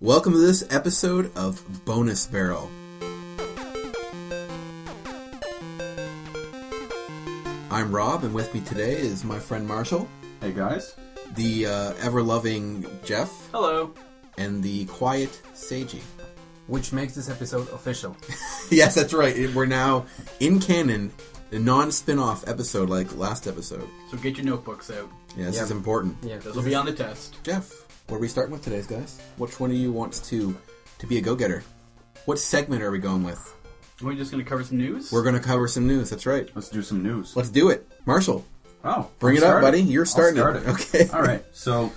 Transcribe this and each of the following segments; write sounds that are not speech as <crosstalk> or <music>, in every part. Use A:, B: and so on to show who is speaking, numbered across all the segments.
A: Welcome to this episode of Bonus Barrel. I'm Rob, and with me today is my friend Marshall,
B: Hey guys.
A: the uh, ever loving Jeff,
B: Hello.
A: and the quiet Seiji. <laughs>
C: which makes this episode official.
A: yes, that's right. It- We're now in canon, a non spin off episode like last episode.
B: So get your notebooks out.
A: Yeah, this
C: Yep.
A: is important.
C: Yeah,
B: This will be on the test.
A: Jeff, what are we starting with today, guys? Which one of you wants to to be a go getter? What segment are we going with?
B: We're just going to cover some news.
A: We're going to cover some news. That's right.
D: Let's do some news.
A: Let's do it, Marshall.
D: Oh,
A: Bring
D: I'll
A: it up,
D: start
A: buddy. You're starting
D: I'll
A: it.
D: start
A: <laughs> Okay.
D: <laughs> All right. So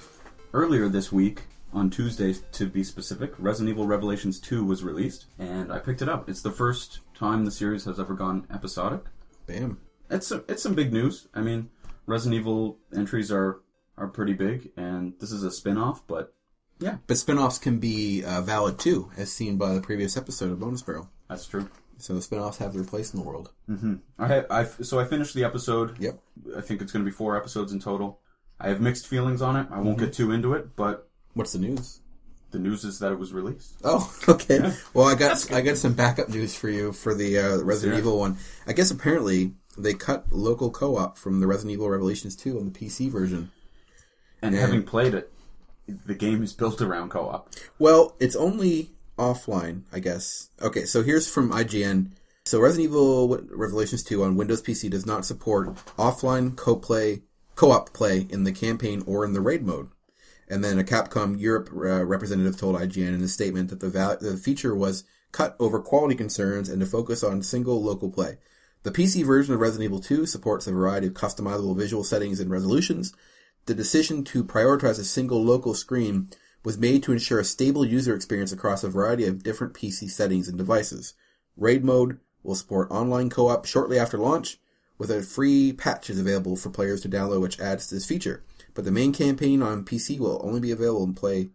D: earlier this week, on Tuesday to be specific, Resident Evil Revelations 2 was released, and I picked it up. It's the first time the series has ever gone episodic.
A: Bam.
D: It's some, it's some big news. I mean, Resident Evil entries are are pretty big, and this is a spin-off, but
A: But spin offs can be uh, valid too, as seen by the previous episode of Bonus Barrel.
D: that's true.
A: So spin offs have their place in the world.
D: hmm I, ha- I f- so I finished the episode.
A: Yep.
D: I think it's going to be four episodes in total. I have mixed feelings on it. I won't get too into it, but
A: What's the news?
D: the news is that it was released.
A: Oh, <laughs> okay. Well, I got I got some backup news for you for the uh, Resident
D: Yeah.
A: Evil one. I guess apparently they cut local co-op from the Resident Evil Revelations 2 on the PC version.
D: And having played it, the game is built around co-op.
A: Well, it's only offline, I guess. Okay, so here's from IGN. So Resident Evil Revelations 2 on Windows PC does not support offline co-play, co-op play in the campaign or in the raid mode. And then a Capcom Europe uh, representative told IGN in a statement that the, val- the feature was cut over quality concerns and to focus on single local play. The PC version of Resident Evil 2 supports a variety of customizable visual settings and resolutions. The decision to prioritize a single local screen was made to ensure a stable user experience across a variety of different PC settings and devices. Raid mode will support online co-op shortly after launch, with a free patch is available for players to download, which adds to this feature. But the main campaign on PC will only be available in play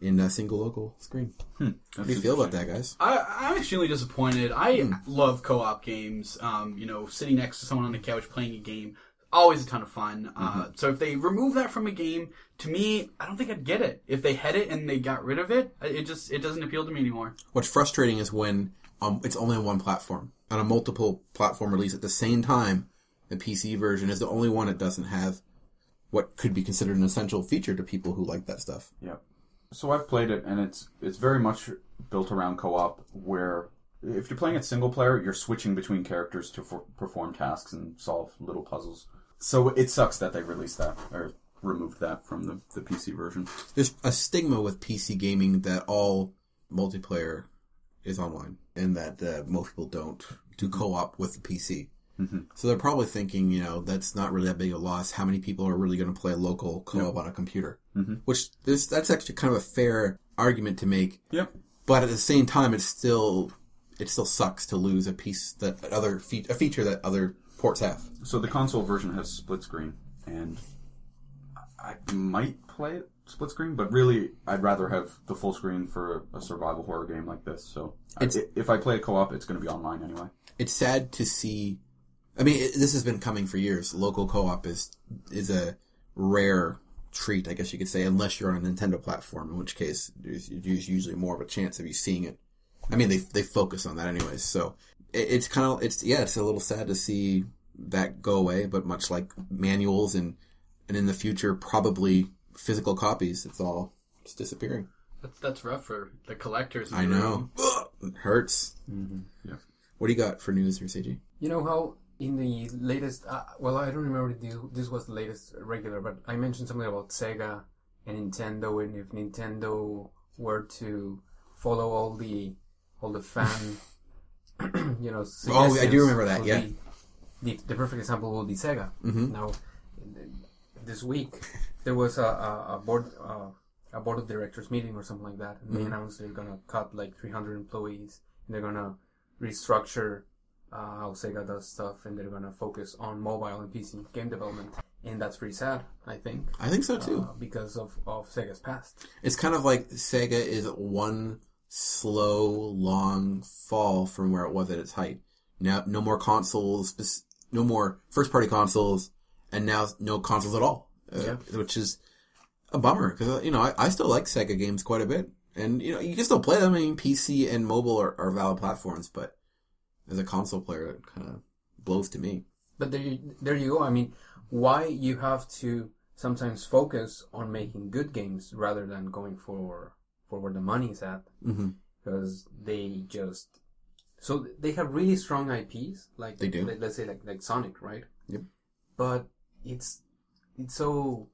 A: in a single local screen. How do you feel about that, guys?
B: I, I'm extremely disappointed. I
A: Hmm.
B: love co-op games. Um, you know, sitting next to someone on the couch playing a game, always a ton of fun.
A: Mm-hmm.
B: Uh, so if they remove that from a game, to me, I don't think I'd get it. If they had it and they got rid of it, I- it just it doesn't appeal to me anymore.
A: What's frustrating is when um, it's only on one platform, on a multiple platform release at the same time. The PC version is the only one that doesn't have what could be considered an essential feature to people who like that stuff.
D: Yep. So I've played it, and it's it's very much built around co-op. Where if you're playing it single player, you're switching between characters to for, perform tasks and solve little puzzles. So it sucks that they released that or removed that from the, the PC version.
A: there's a stigma with PC gaming that all multiplayer is online, and that uh, most people don't do co-op with the PC. So they're probably thinking, you know, that's not really that big a loss. How many people are really going to play local co-op on a computer? Which there's, that's actually kind of a fair argument to make.
D: Yep.
A: But at the same time, it's still it still sucks to lose a piece that other fe- a feature that other ports have.
D: So the console version has split screen, and I I might play it split screen, but really I'd rather have the full screen for a, a survival horror game like this. So I,
A: It's-
D: if I play a co-op, it's going to be online anyway.
A: it's sad to see. I mean, it, this has been coming for years. Local co-op is is a rare treat, I guess you could say, unless you're on a Nintendo platform, in which case there's, there's usually more of a chance of you seeing it. I mean, they they focus on that anyways, so it, it's kind of it's yeah, it's a little sad to see that go away. But much like manuals and and in the future probably physical copies, it's all it's disappearing.
B: That's that's rough for the collectors. in
A: I
B: the
A: know
B: room.
A: it hurts.
D: Yeah.
A: What do you got for news here, CG?
C: You know how in the latest, uh, well, I don't remember if this, this was the latest regular, but I mentioned something about Sega and Nintendo, and if Nintendo were to follow all the all the fan, <clears throat> you know,
A: Oh, I do
C: suggestions,
A: remember that,
C: would
A: yeah. Mm-hmm.
C: be- the, the perfect example will be Sega. Now, this week there was a, a, a board uh, a board of directors meeting or something like that, and
A: Mm-hmm.
C: they announced they're gonna cut like 300 employees, and they're gonna restructure uh, how Sega does stuff, and they're gonna focus on mobile and PC game development, and that's pretty sad, I think,
A: I think so too.
C: uh, because of of Sega's past.
A: It's kind of like Sega is one slow, long fall from where it was at its height. Now, no more consoles, spec- no more first-party consoles, and now no consoles at all, uh,
C: Yeah.
A: which is a bummer because you know I, I still like Sega games quite a bit. And you know, you can still play them. I mean, PC and mobile are, are valid platforms, but as a console player, it kind of blows to me.
C: But there, you, there you go. I mean, why you have to sometimes focus on making good games rather than going for for where the money is at,
A: Mm-hmm.
C: because they just so they have really strong IPs, like
A: They do.
C: Let, us say like like Sonic, right?
A: Yep.
C: But it's it's so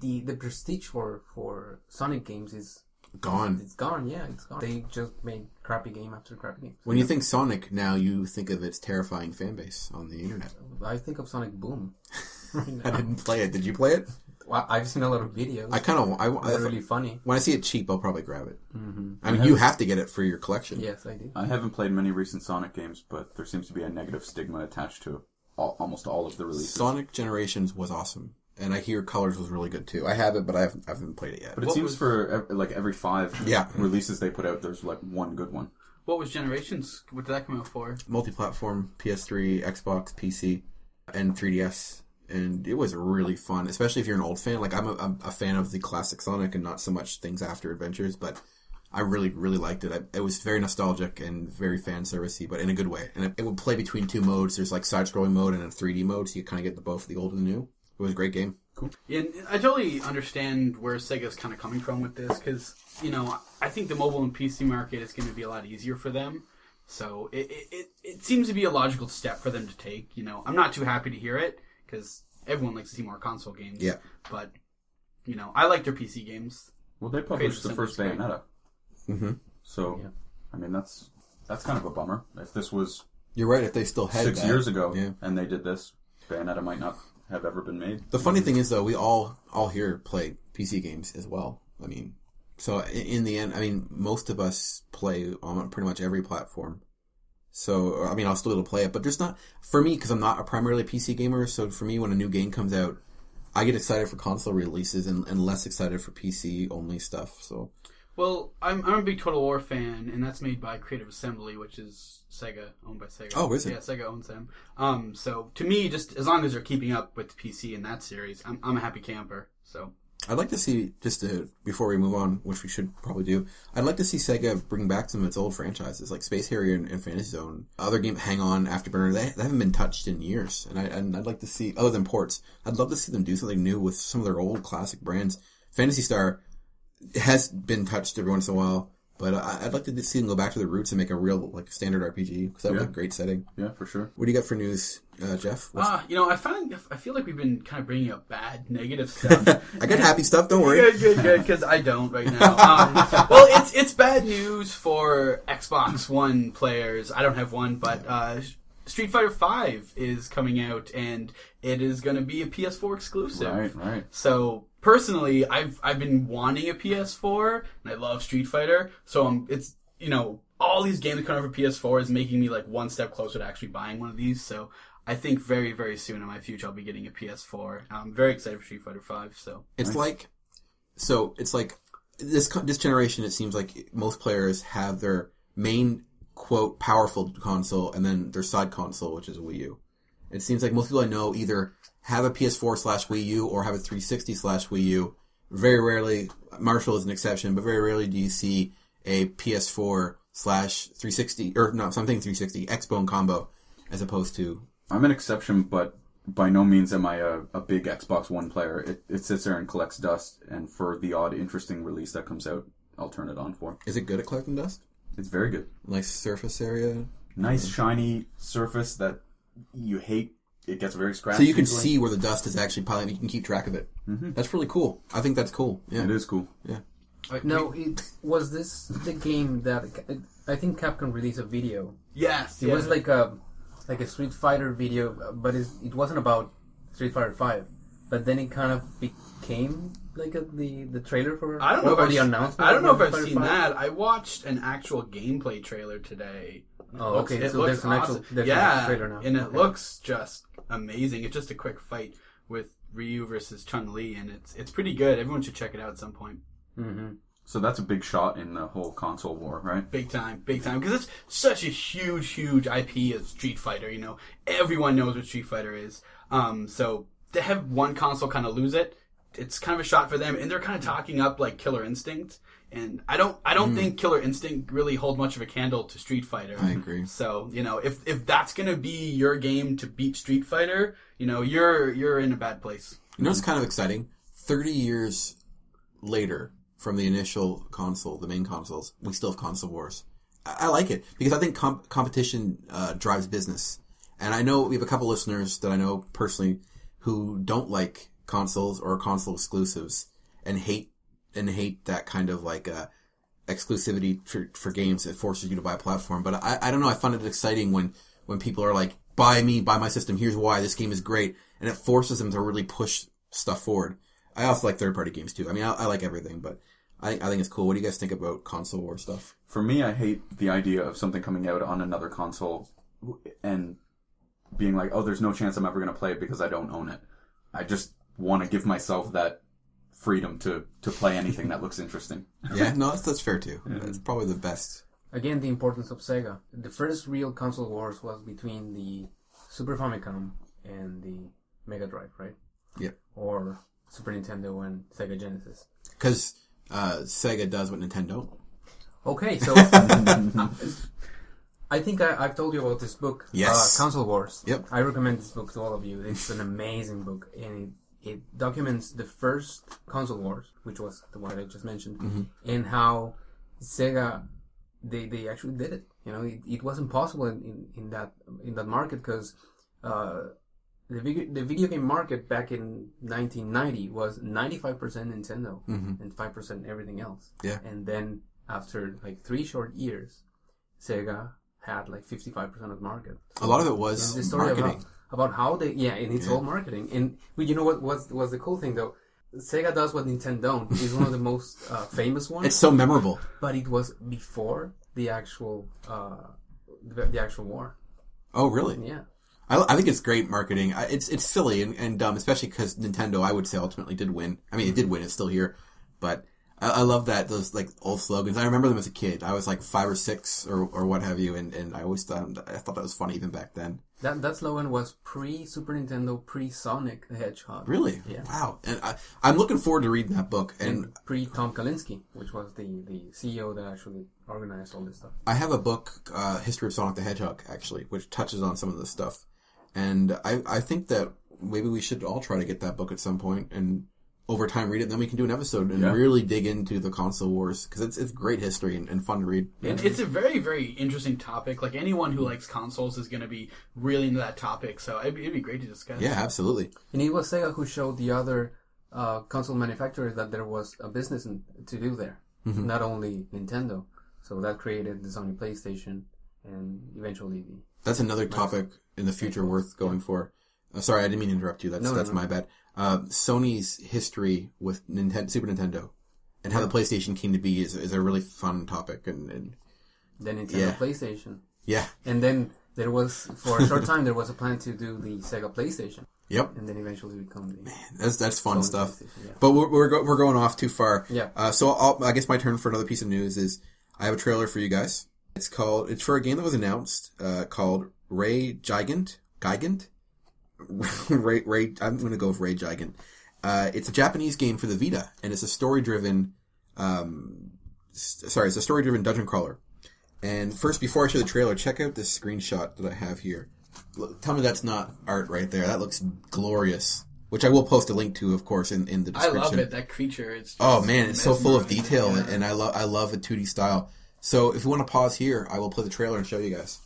C: the the prestige for for Sonic games is
A: Gone.
C: it's gone. Yeah, it's gone. They just made crappy game after crappy game.
A: When you think Sonic now, you think of its terrifying fan base on the internet.
C: I think of Sonic Boom.
A: <laughs>
C: <laughs>
A: I didn't play it. Did you play it?
C: well, I've seen a lot of videos.
A: I kind of. I, I-
C: They're really funny.
A: when I see it cheap, I'll probably grab it.
C: Mm-hmm.
A: I mean, you have to get it for your collection.
C: Yes, I do.
D: I haven't played many recent Sonic games, but there seems to be a negative stigma attached to all, almost all of the releases.
A: Sonic Generations was awesome, and I hear Colors was really good too. I have it, but I haven't, I haven't played it yet.
D: but it
B: What
D: seems
B: was-
D: for ev- like every five
A: Yeah.
D: releases they put out, there's like one good one.
B: What was Generations? What did that come out for?
A: Multi-platform, PS3, Xbox, PC, and 3DS, and it was really fun. Especially if you're an old fan, like I'm a, I'm a fan of the classic Sonic and not so much things after Adventures, but I really, really liked it. I, it was very nostalgic and very fan servicey, but in a good way. And it, it would play between two modes. There's like side-scrolling mode and a 3D mode, so you kind of get the both the old and the new. It was a great game.
B: Yeah, and I totally understand where Sega's kind of coming from with this because you know I think the mobile and PC market is going to be a lot easier for them. So it, it, it, it seems to be a logical step for them to take. You know, I'm not too happy to hear it because everyone likes to see more console games.
A: Yeah.
B: But you know, I like their PC games.
D: Well, they published
B: Creative
D: the first
B: Assembly's
D: Bayonetta,
A: Mm-hmm.
D: so
C: Yeah.
D: I mean that's that's kind of a bummer. If this was
A: You're right. If they still had
D: six
A: that.
D: years ago
A: yeah.
D: and they did this, Bayonetta might not have ever been made.
A: The funny thing is, though, we all all here play PC games as well. I mean, so in, in the end, I mean, most of us play on pretty much every platform. So I mean, I'll still be able to play it, but there's not for me because I'm not a primarily PC gamer. So for me, when a new game comes out, I get excited for console releases and, and less excited for PC only stuff. So
B: Well, I'm, I'm a big Total War fan, and that's made by Creative Assembly, which is Sega, owned by Sega.
A: Oh, is it?
B: Yeah, Sega owns them. Um, so to me, just as long as they're keeping up with PC and that series, I'm, I'm a happy camper. So
A: I'd like to see just to, before we move on, which we should probably do. I'd like to see Sega bring back some of its old franchises like Space Harrier and, and Fantasy Zone. Other game, Hang On, Afterburner, they, they haven't been touched in years, and I and I'd like to see other than ports. I'd love to see them do something new with some of their old classic brands. Fantasy Star has been touched every once in a while, but I, I'd like to see them go back to their roots and make a real like standard RPG because that would
D: Yeah.
A: be a great setting.
D: Yeah, for sure.
A: What do you got for news, uh, Jeff? What's-
B: Ah, you know, I find I feel like we've been kind of bringing up bad, negative stuff.
A: <laughs> I got happy stuff. Don't
B: <laughs>
A: worry.
B: good, good, good, because I don't right <laughs> now. Um, well, it's it's bad news for Xbox One players. I don't have one, but uh, Street Fighter Five is coming out, and it is going to be a PS4 exclusive.
D: Right, right.
B: So personally, I've I've been wanting a PS4, and I love Street Fighter. So I'm it's you know all these games coming out for PS4 is making me like one step closer to actually buying one of these. So I think very very soon in my future I'll be getting a PS4. I'm very excited for Street Fighter Five. So
A: It's like, so it's like this co- this generation. It seems like most players have their main quote powerful console and then their side console, which is a Wii U. It seems like most people I know either have a PS4 slash Wii U or have a 360 slash Wii U. Very rarely, Marshall is an exception, but very rarely do you see a PS4 slash 360 or no something 360 Xbone combo as opposed to
D: I'm an exception, but by no means am I a, a big Xbox One player. It, it sits there and collects dust, and for the odd interesting release that comes out, I'll turn it on for.
A: is it good at collecting dust?
D: It's very good.
A: Nice surface area.
D: Nice, shiny surface that you hate. It gets very scratchy.
A: So you can see where the dust is actually piling. You can keep track of it. That's really cool. I think that's cool. Yeah.
D: Mm-hmm. It is cool.
B: like,
C: No, it was this the game that I think Capcom released a video.
B: yes,
C: It
B: yeah.
C: was like a like a Street Fighter video, but it, it wasn't about Street Fighter Five. But then it kind of became like a, the the trailer for
B: I don't know
C: or
B: if I've,
C: the announcement.
B: I don't know if
C: for
B: I've
C: Street
B: seen
C: Fighter V.
B: that. I watched an actual gameplay trailer today.
C: Oh,
B: Looks-
C: okay,
B: it
C: so
B: looks
C: there's an actual-
B: awesome.
C: there's an
B: yeah,
C: actual trailer now.
B: and it
C: Okay.
B: looks just amazing. It's just a quick fight with Ryu versus Chun Li, and it's it's pretty good. Everyone should check it out at some point.
D: So that's a big shot in the whole console war, right?
B: Big time, big time, because it's such a huge, huge IP of Street Fighter. You know, everyone knows what Street Fighter is. Um, so to have one console kind of lose it it's kind of a shot for them, and they're kind of talking up like Killer Instinct. And I don't, I don't think Killer Instinct really hold much of a candle to Street Fighter.
A: Hmm. I agree.
B: So you know, if if that's gonna be your game to beat Street Fighter, you know, you're you're in a bad place.
A: You know, it's kind of exciting. Thirty years later from the initial console, the main consoles, we still have console wars. I, I like it because I think comp- competition uh, drives business. And I know we have a couple listeners that I know personally who don't like consoles or console exclusives and hate and hate that kind of like uh, exclusivity for, for games that forces you to buy a platform. But I, I don't know. I find it exciting when when people are like, "Buy me, buy my system. Here's why this game is great," and it forces them to really push stuff forward. I also like third party games too. I mean, I, I like everything, but I I think it's cool. What do you guys think about console war stuff?
D: For me, I hate the idea of something coming out on another console and being like, "Oh, there's no chance I'm ever going to play it because I don't own it." I just want to give myself that freedom to to play anything that looks interesting.
A: Yeah, no, that's, that's fair too. That's probably the best.
C: Again, the importance of Sega. The first real console wars was between the Super Famicom and the Mega Drive, right?
A: Yeah.
C: Or Super Nintendo and Sega Genesis.
A: Because uh, Sega does what Nintendo. <laughs>
C: Okay, so I think I, I've told you about this book.
A: Yes.
C: Uh, Console Wars.
A: Yep.
C: I recommend this book to all of you. It's an amazing book, and it, it documents the first Console Wars, which was the one I just mentioned,
A: Mm-hmm.
C: and how Sega they they actually did it. You know, it, it wasn't possible in, in, in that in that market because. Uh, the video, the video game market back in 1990 was 95% Nintendo
A: Mm-hmm.
C: and 5% everything else.
A: Yeah.
C: And then after like three short years, Sega had like 55% of the market.
A: A lot of it
C: It's the
A: was
C: story
A: marketing.
C: about about how they yeah, and it's all marketing. And but you know what was was the cool thing though? Sega does what Nintendo don't. It's one of
A: <laughs>
C: the most uh, famous ones,
A: It's so memorable.
C: but it was before the actual uh, the, the actual war.
A: Oh, really?
C: Yeah.
A: I, I think it's great marketing. I, it's it's silly and, and dumb, especially because Nintendo, I would say, ultimately did win. I mean, it did win. It's still here, but I, I love that those like old slogans. I remember them as a kid. I was like five or six or, or what have you, and, and I always thought I thought that was funny even back then.
C: That that slogan was pre Super Nintendo, pre Sonic the Hedgehog.
A: Really?
C: Yeah.
A: Wow. And I, I'm looking forward to reading that book. And
C: And pre Tom Kalinske, which was the, the CEO that actually organized all this stuff.
A: I have a book, uh, History of Sonic the Hedgehog, actually, which touches on some of this stuff. And I, I think that maybe we should all try to get that book at some point and over time read it. And then we can do an episode and
D: Yeah.
A: really dig into the console wars because it's, it's great history and, and fun to read.
B: And it's a very, very interesting topic. Like anyone who likes consoles is going to be really into that topic. So it'd be, it'd be great to discuss.
A: Yeah, absolutely.
C: And it was Sega who showed the other uh, console manufacturers that there was a business in, to do there,
A: Mm-hmm.
C: not only Nintendo. So that created the Sony PlayStation and eventually the.
A: That's another topic in the future worth going for. Uh, sorry, I didn't mean to interrupt you. That's
C: No, no,
A: that's
C: no.
A: my bad. Uh, Sony's history with Nintendo, Super Nintendo and how the PlayStation came to be is, is a really fun topic. And, and
C: Then Nintendo
A: Yeah.
C: PlayStation.
A: yeah,
C: And then there was, for a
A: <laughs>
C: short time, there was a plan to do the Sega PlayStation
A: yep.
C: and then eventually become the.
A: That's that's fun
C: Sony
A: stuff.
C: PlayStation, yeah.
A: But we're we're, go- we're going off too far.
C: Yeah.
A: Uh, so I'll, I guess my turn for another piece of news is I have a trailer for you guys. It's called. It's for a game that was announced uh, called Ray Gigant. Gigant. <laughs> Ray Ray. I'm going to go with Ray Gigant. Uh, it's a Japanese game for the Vita, and it's a story-driven. Um, s- sorry, it's a story-driven dungeon crawler. And first, before I show the trailer, check out this screenshot that I have here. Look, tell me that's not art right there. That looks glorious. Which I will post a link to, of course, in, in the
B: I
A: description.
B: love it. That creature. It's just
A: Oh man, it's so full of
B: mesmerizing.
A: detail,
B: Yeah.
A: and I love I love a 2D style. So if you want to pause here, I will play the trailer and show you guys.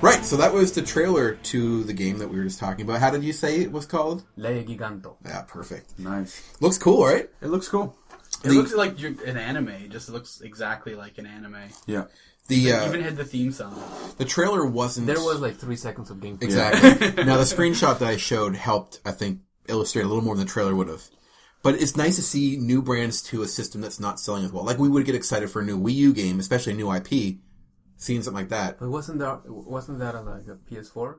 A: Right, so that was the trailer to the game that we were just talking about. How did you say it was called?
C: Ley Giganto.
A: Yeah, perfect.
D: <laughs> Nice.
A: Looks cool, right?
D: It looks cool.
B: It
A: The-
B: looks like you're, an anime. It just looks exactly like an anime.
D: Yeah.
A: The
B: It even
A: uh,
B: had the theme song.
A: the trailer wasn't
C: There was like three seconds of gameplay.
A: Exactly. now the screenshot that I showed helped, I think, illustrate a little more than the trailer would have. But it's nice to see new brands to a system that's not selling as well. Like we would get excited for a new Wii U game, especially a new IP, seeing something like that.
C: But wasn't that wasn't that on like a PS4?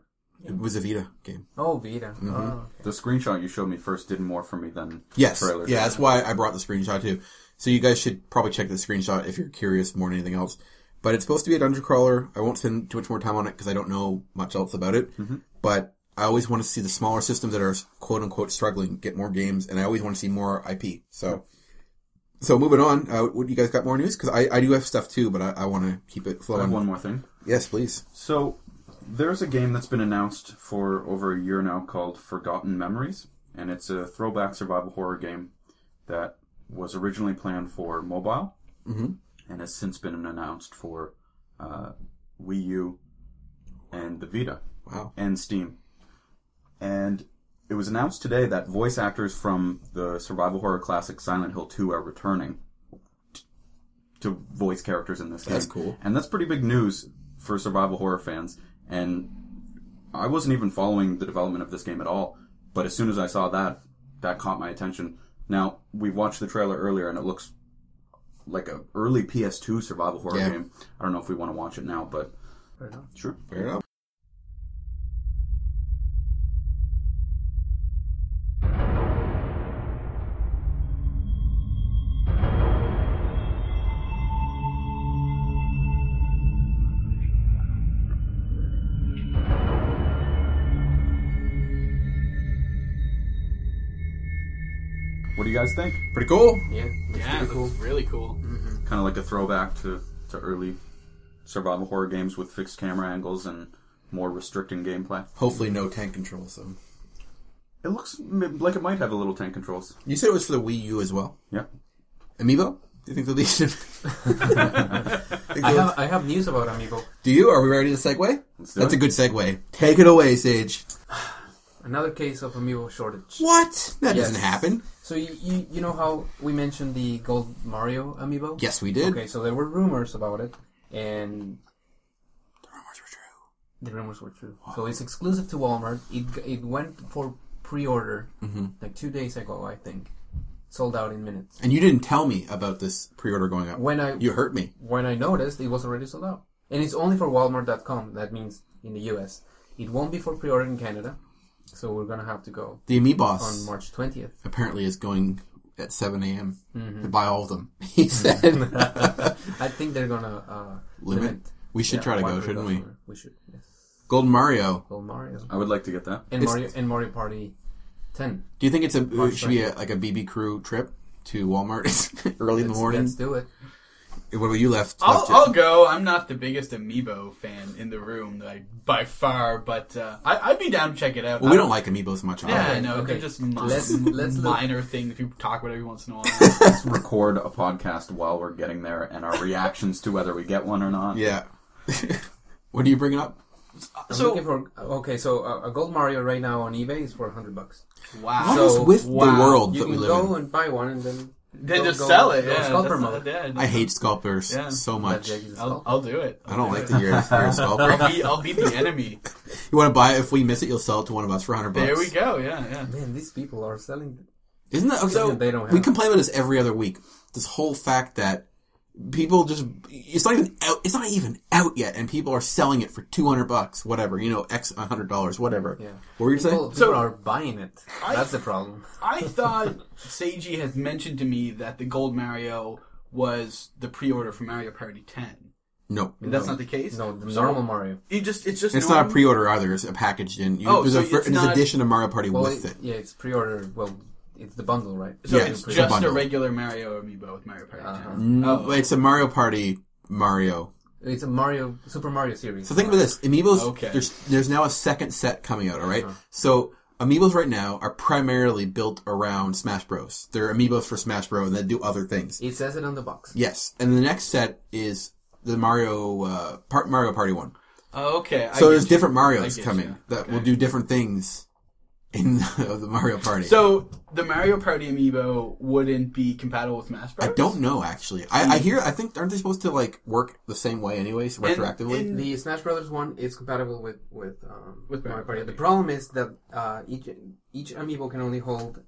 A: It was a Vita game.
C: Oh, Vita.
A: Mm-hmm.
C: Oh, okay.
D: The screenshot you showed me first did more for me than
A: Yes.
D: the trailer.
A: Yeah, that's why I brought the screenshot too. So you guys should probably check the screenshot if you're curious more than anything else. But it's supposed to be a dungeon crawler. I won't spend too much more time on it because I don't know much else about it.
D: Mm-hmm.
A: But I always want to see the smaller systems that are quote unquote struggling get more games, and I always want to see more IP. So, so moving on. Uh, what you guys got more news? Because I, I do have stuff too, but I, I want to keep it
D: I have
A: flowing.
D: one more thing.
A: Yes, please.
D: So there's a game that's been announced for over a year now called Forgotten Memories, and it's a throwback survival horror game that was originally planned for mobile,
A: Mhm.
D: and has since been announced for uh, Wii U and the Vita
A: Wow.
D: and Steam. And it was announced today that voice actors from the survival horror classic Silent Hill 2 are returning t- to voice characters in this game.
A: That's cool.
D: And that's pretty big news for survival horror fans. And I wasn't even following the development of this game at all, but as soon as I saw that, that caught my attention. Now, we watched the trailer earlier and it looks like a early PS2 survival horror
A: Yeah.
D: game. I don't know if we want to watch it now, but
C: Fair enough.
D: sure.
A: Fair enough.
D: What do you guys think?
A: Pretty cool.
C: Yeah, that's
B: Yeah,
C: pretty
B: that's
C: cool.
B: really cool.
A: Mm-hmm.
D: kind of like a throwback to, to early survival horror games with fixed camera angles and more restricting gameplay.
A: Hopefully, no tank control. So
D: It looks m- like it might have a little tank controls.
A: you said it was for the Wii U as well.
D: Yeah.
A: Amiibo? Do you think they'll be? <laughs>
C: I have, I have news about Amiibo.
A: Do you? Are we ready to segue?
D: Let's do
A: That's
D: it.
A: a good segue. Take it away, Sage.
C: Another case of Amiibo shortage.
A: What? That
C: Yes.
A: doesn't happen.
C: So you, you you know how we mentioned the Gold Mario Amiibo?
A: Yes, we did.
C: Okay, so there were rumors about it, and
A: The rumors were true.
C: the rumors were true. So it's exclusive to Walmart. It g- it went for pre-order
A: Mm-hmm.
C: like two days ago, I think. Sold out in minutes.
A: And you didn't tell me about this pre-order going up.
C: When I
A: you hurt me.
C: when I noticed, it was already sold out, and it's only for Walmart.com. That means in the U.S. It won't be for pre-order in Canada, so we're gonna have to go
A: The Amiibos
C: on March twentieth. Mm-hmm.
A: apparently is going at 7 a.m.
C: Hmm.
A: to buy all of them. <laughs> He said.
C: <laughs> I think they're gonna uh,
A: Limit? We should try to
C: one
A: go,
C: per
A: shouldn't we?
C: customer. We should. Yes.
A: Golden Mario.
C: Well, Mario
D: I would like to get that.
C: and
A: It's-
C: Mario and Mario Party Ten.
A: Do you think it's a it should be a,
C: 20th.
A: like a BB crew trip to Walmart <laughs> early in the
C: Let's,
A: morning?
C: let's do it.
A: What about you left?
B: I'll,
A: left it?
B: I'll go. I'm not the biggest Amiibo fan in the room, like, by far, but uh, I, I'd be down to check it out.
A: Well, we don't like Amiibos much.
B: Yeah, I
A: either.
B: know.
C: okay.
B: They're just mi-
C: Let's- let's look-
B: minor things if you talk about every once in a while.
A: <laughs>
D: Let's record a podcast while we're getting there and our reactions to whether we get one or not.
A: Yeah. <laughs> what are you bringing up?
C: I'm
B: <laughs> Uh, so,
C: looking for okay. So uh, a gold Mario right now on eBay is for hundred bucks.
B: wow.
A: What is
C: So,
A: with the
B: wow.
A: world
C: You
A: Oh, that we
C: can
A: live
C: go
A: in?
C: and buy one and then
B: Then
C: go-
B: just
C: go-
B: sell it.
C: go
B: Yeah,
C: sculptor
B: that's
C: mode.
B: not- yeah,
A: I
B: just-
A: hate sculptors
B: Yeah.
A: so
C: That
A: much.
C: Jack is a
B: I'll,
C: sculptor.
B: I'll do it.
A: I don't like <laughs>
B: the.
A: that you're, you're a sculptor. <laughs>
B: I'll be, I'll be the enemy.
A: You want to buy it? If we miss it, you'll sell it to one of us for hundred bucks.
B: There we go. Yeah, yeah.
C: Man, these people are selling.
A: Isn't that okay?
C: So- They don't have-
A: we complain about this every other week. This whole fact that people just—it's not even out. It's not even out yet, and people are selling it for two hundred bucks, whatever. You know, X hundred dollars, whatever.
C: Yeah.
A: What were you
C: People,
A: saying?
C: people
B: So-
C: are buying it. That's the problem.
B: I thought <laughs> Seiji had mentioned to me that the Gold Mario was the pre-order for Mario Party 10.
A: No,
B: That's not the case.
C: No, the
B: So,
C: normal Mario.
B: It just it's just
A: it's
B: normal.
A: not a pre-order either. It's a packaged in. You,
B: Oh,
A: there's
B: so
A: a, fir-
B: it's
A: there's
B: not-
A: addition of Mario Party
C: Well,
A: with
C: it-
A: it.
C: yeah, it's pre-order. Well, it's the bundle, right?
B: So
A: Yeah,
B: it's
A: it's a
B: just a,
A: bundle.
B: regular Mario amiibo with Mario Party 10.
C: Uh-huh.
A: Mm,
B: Oh.
A: It's a Mario Party Mario.
C: It's a Mario Super Mario series.
A: So think about this: Amiibos.
B: Okay. Uh-huh.
A: There's there's now a second set coming out. All right? So Amiibos right now are primarily built around Smash Bros. They're Amiibos for Smash Bros. and they do other things.
C: It says it on the box.
A: Yes, and the next set is the Mario uh, part Mario Party one.
B: Oh, okay. I
A: So there's
B: get you.
A: different
B: I
A: Mario's
B: get
A: coming
B: you.
A: that
B: Okay.
A: will do different things in <laughs> the, of the Mario Party.
B: So the Mario Party amiibo wouldn't be compatible with Smash Bros.
A: I don't know actually. I, I hear I think aren't they supposed to like work the same way anyways retroactively?
B: and-
D: Mm.
C: The Smash Brothers one is compatible with with um,
B: With
C: Mario
B: Mario
C: Party.
B: Party.
C: The problem is that uh, each each amiibo can only hold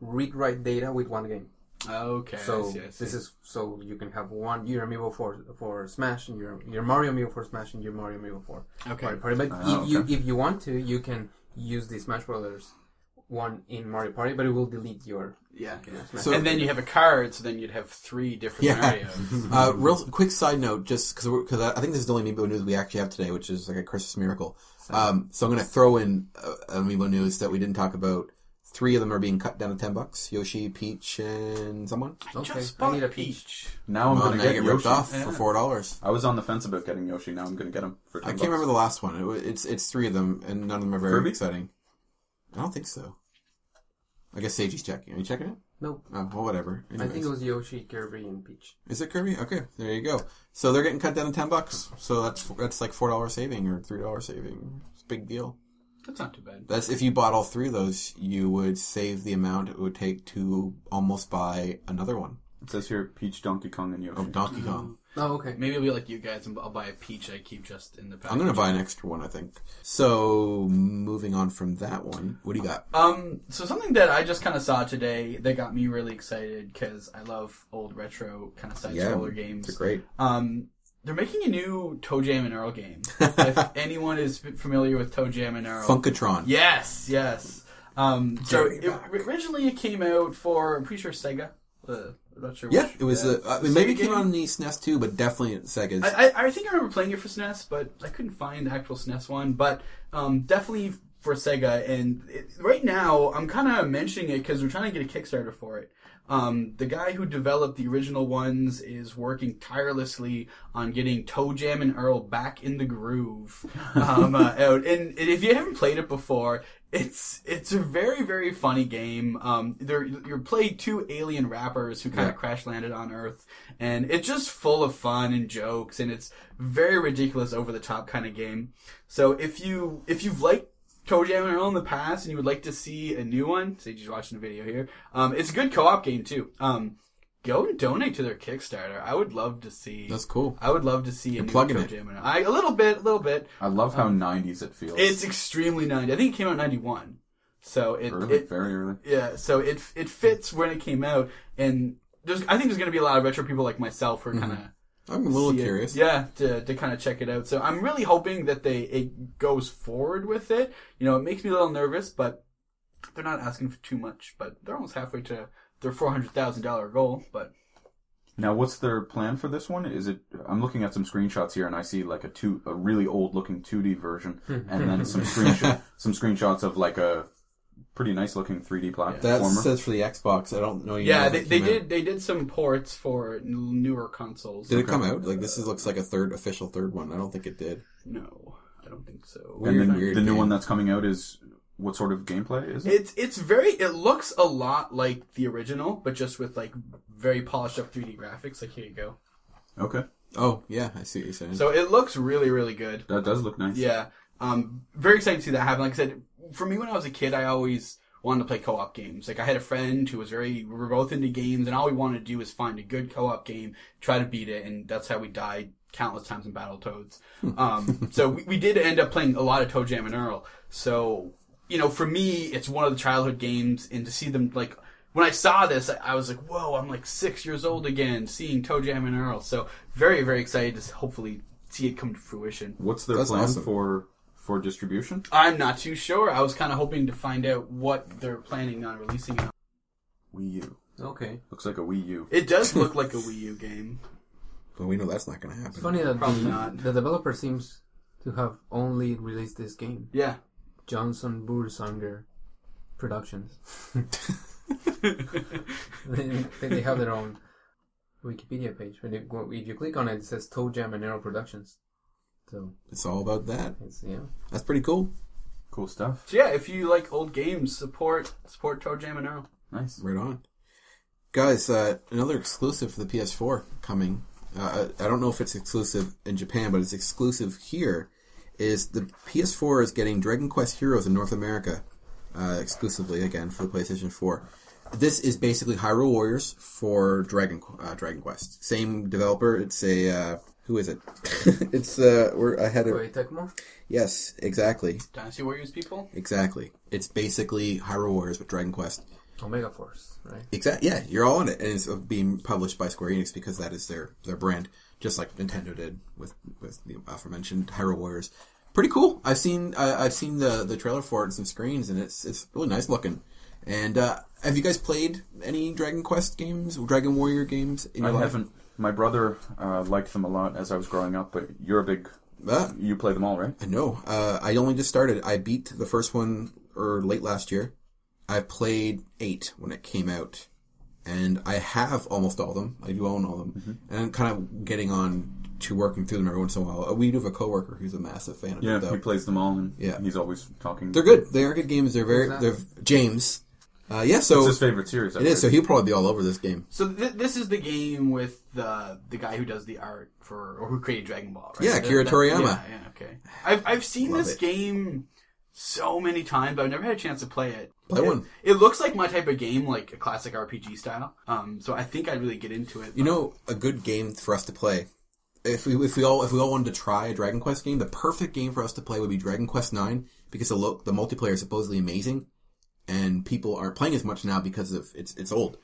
C: read write data with one game.
B: Oh, Okay.
C: So
B: I see, I see.
C: this is so you can have one your amiibo for for Smash and your your Mario amiibo for Smash and your Mario amiibo for
B: okay.
C: Mario Party. But
D: Ah,
C: if you
D: okay.
C: if you want to, you can use the Smash Brothers one in Mario Party, but it will delete your
B: Yeah.
A: So-
B: and then you have a card, so then you'd have three different
A: Yeah. <laughs>
B: Mario's.
A: Uh, real quick side note, just because because I I think this is the only Amiibo news we actually have today, which is like a Christmas miracle. Um, so I'm going to throw in uh, Amiibo news that we didn't talk about. Three of them are being cut down to ten bucks: Yoshi, Peach, and someone.
C: Okay,
B: Just
C: I
B: bought
C: need a
B: peach.
D: Now Oh, I'm
A: Well,
D: gonna
A: now
D: get,
A: you get ripped
D: Yoshi.
A: off
B: Yeah.
A: for four dollars.
D: I was on the fence about getting Yoshi. Now I'm gonna get him for. 10
A: I can't
D: bucks.
A: remember the last one. It, wa- it's it's three of them, and none of them are very
D: Kirby?
A: exciting. I don't think so. I guess Seiji's checking. Are you checking it?
C: no.
A: Oh, well, whatever.
C: I think
A: Anyways.
C: it was Yoshi, Kirby, and Peach.
A: Is it Kirby? Okay, there you go. So they're getting cut down to ten bucks. So that's that's like four dollars saving or three dollars saving. It's a big deal.
B: That's not too bad.
A: That's if you bought all three of those, you would save the amount it would take to almost buy another one.
D: It says here Peach, Donkey Kong, and Yoshi.
A: Oh, Donkey
B: Mm-hmm.
A: Kong.
C: Oh, okay.
B: Maybe I'll be like you guys, and I'll buy a peach I keep just in the package.
A: I'm gonna buy an extra one, I think. So moving on from that one, what do you got?
B: Um, so something that I just kind of saw today that got me really excited because I love old retro kind of side scroller games.
A: It's great.
B: Um, they're making a new Toe Jam and
A: <laughs>
B: Earl game. if anyone is familiar with Toe Jam and Earl,
A: Funkatron.
B: Yes, yes. Um, so
A: Jerry
B: it,
A: back.
B: originally it came out for I'm pretty sure Sega. Uh, I'm not sure.
A: Yeah,
B: which-
A: it was.
B: yeah.
A: Uh, I mean, maybe
B: Sega
A: it came
B: game.
A: out on the SNES too, but definitely at Sega's.
B: I, I, I think I remember playing it for SNES, but I couldn't find the actual SNES one. But um, definitely for Sega. And it, right now, I'm kind of mentioning it because we're trying to get a Kickstarter for it. Um, the guy who developed the original ones is working tirelessly on getting Toe Jam and Earl back in the groove
A: <laughs>
B: um, uh, out. And if you haven't played it before, it's it's a very very funny game. Um, there you play two alien rappers who kind
A: Yeah.
B: of crash landed on Earth, and it's just full of fun and jokes, and it's very ridiculous, over the top kind of game. So if you if you've liked Toe Jam and Earl in the past, and you would like to see a new one, say just watching a video here, um, it's a good co op game too. Um, go and donate to their Kickstarter. I would love to see.
A: That's cool.
B: I would love to see a new
A: plugging
B: Toe
A: it.
B: Jam and Earl. I, a little bit, a little bit.
D: I love how
A: Um,
D: 90s it feels.
B: It's extremely 90. I think it came out in 91. So it,
D: early,
B: it
D: very early.
B: yeah, so it it fits when it came out and there's I think there's going to be a lot of retro people like myself who are kind of
A: I'm Mm-hmm. a little curious.
B: yeah, to, to kind of check it out. So I'm really hoping that they it goes forward with it. You know, it makes me a little nervous, but they're not asking for too much, but they're almost halfway to their $400,000 goal, but
D: Now, what's their plan for this one? Is it? I'm looking at some screenshots here, and I see like a two, a really old looking 2D version, and then some screenshot, some screenshots of like a pretty nice looking 3D platformer.
A: That says for the Xbox. I don't know. you
B: yeah,
A: know
B: they,
A: if it
B: they
A: came out.
B: did they did some ports for n- newer consoles.
A: Did it come out? Like this is, looks like a third official third one. I don't think it did.
B: No, I don't think so.
A: Weird.
D: and then
A: weird
D: the new
A: game.
D: one that's coming out is what sort of gameplay is it?
B: It's it's very it looks a lot like the original, but just with like very polished up 3D graphics. Like here you go.
D: Okay,
A: Oh yeah, I see what you're saying.
B: So it looks really really good.
D: that does look nice.
B: Yeah, um, very excited to see that happen. Like I said, for me when I was a kid, I always wanted to play co-op games. Like I had a friend who was very we were both into games, and all we wanted to do was find a good co-op game, try to beat it, and that's how we died countless times in Battletoads. um, so we, we did end up playing a lot of Toe Jam and Earl. So you know, for me, it's one of the childhood games, and to see them like when I saw this, I, I was like, "Whoa!" I'm like six years old again, seeing Toe Jam and Earl. So very, very excited to s- hopefully see it come to fruition.
D: What's their
A: That's
D: plan
A: awesome.
D: for for distribution?
B: I'm not too sure. I was kind of hoping to find out what they're planning on releasing. it on.
D: Wii U
C: Okay.
D: looks like a Wii U.
B: It does look like a Wii U game.
A: but we know that's not going to happen.
C: It's funny that
B: Probably
C: the,
B: not.
C: the developer seems to have only released this game.
B: Yeah.
C: Johnson Bursanger Productions. <laughs> they, they have their own Wikipedia page. When you, go- if you click on it, it says Toe Jam and Arrow Productions. So
A: It's all about that.
C: it's yeah.
A: That's pretty cool.
D: Cool stuff.
B: So yeah, if you like old games, support support Toe Jam and Earl.
D: Nice.
A: Right on, guys. Uh, another exclusive for the PS4 coming. Uh, I I don't know if it's exclusive in Japan, but it's exclusive here. Is the PS4 is getting Dragon Quest Heroes in North America uh, exclusively again for the PlayStation 4. This is basically Hyrule Warriors for Dragon uh, Dragon Quest. Same developer. It's a uh, who is it? <laughs> it's uh, where I had a
C: Wait, Tecmo?
A: yes, exacexactly.
B: Dynasty Warriors people.
A: Exactly. It's basically Hyrule Warriors with Dragon Quest.
C: Omega Force, right?
A: Exactly. Yeah, you're all in it, and it's uh, being published by Square Enix because that is their their brand, just like Nintendo did with with the aforementioned Hyrule Warriors. Pretty cool. I've seen uh, I've seen the the trailer for it and some screens, and it's it's really nice looking. And uh, have you guys played any Dragon Quest games, Dragon Warrior games in
D: I
A: your life?
D: haven't. My brother uh, liked them a lot as I was growing up, but you're a big.
A: Ah.
D: You play them all, right?
A: No, uh, I only just started. I beat the first one or late last year. I played eight when it came out, and I have almost all of them. I do own all of them,
D: Mm-hmm.
A: and I'm kind of getting on to working through them every once in a while. Uh, We do have a coworker who's a massive fan of
D: Yeah,
A: them. Though.
D: he plays them all, and
A: Yeah.
D: he's always talking.
A: they're good. They are good games. They're very.
C: Who's
A: They're James. Uh, yeah, so
D: It's his favorite series. I
A: it is. So he'll probably be all over this game.
B: So th- this is the game with the the guy who does the art for or who created Dragon Ball, right?
A: Yeah,
B: That-
A: Akira
B: that-
A: Toriyama.
B: Yeah, yeah, okay. I've I've seen
A: Love
B: this
A: it.
B: game so many times, but I've never had a chance to play it.
A: Play
B: it,
A: one.
B: It looks like my type of game, like a classic RPG style. Um, so I think I'd really get into it.
A: You know, a good game for us to play. If we if we all if we all wanted to try a Dragon Quest game, the perfect game for us to play would be Dragon Quest Nine because the lo- the multiplayer is supposedly amazing, and people aren't playing as much now because of it's it's old,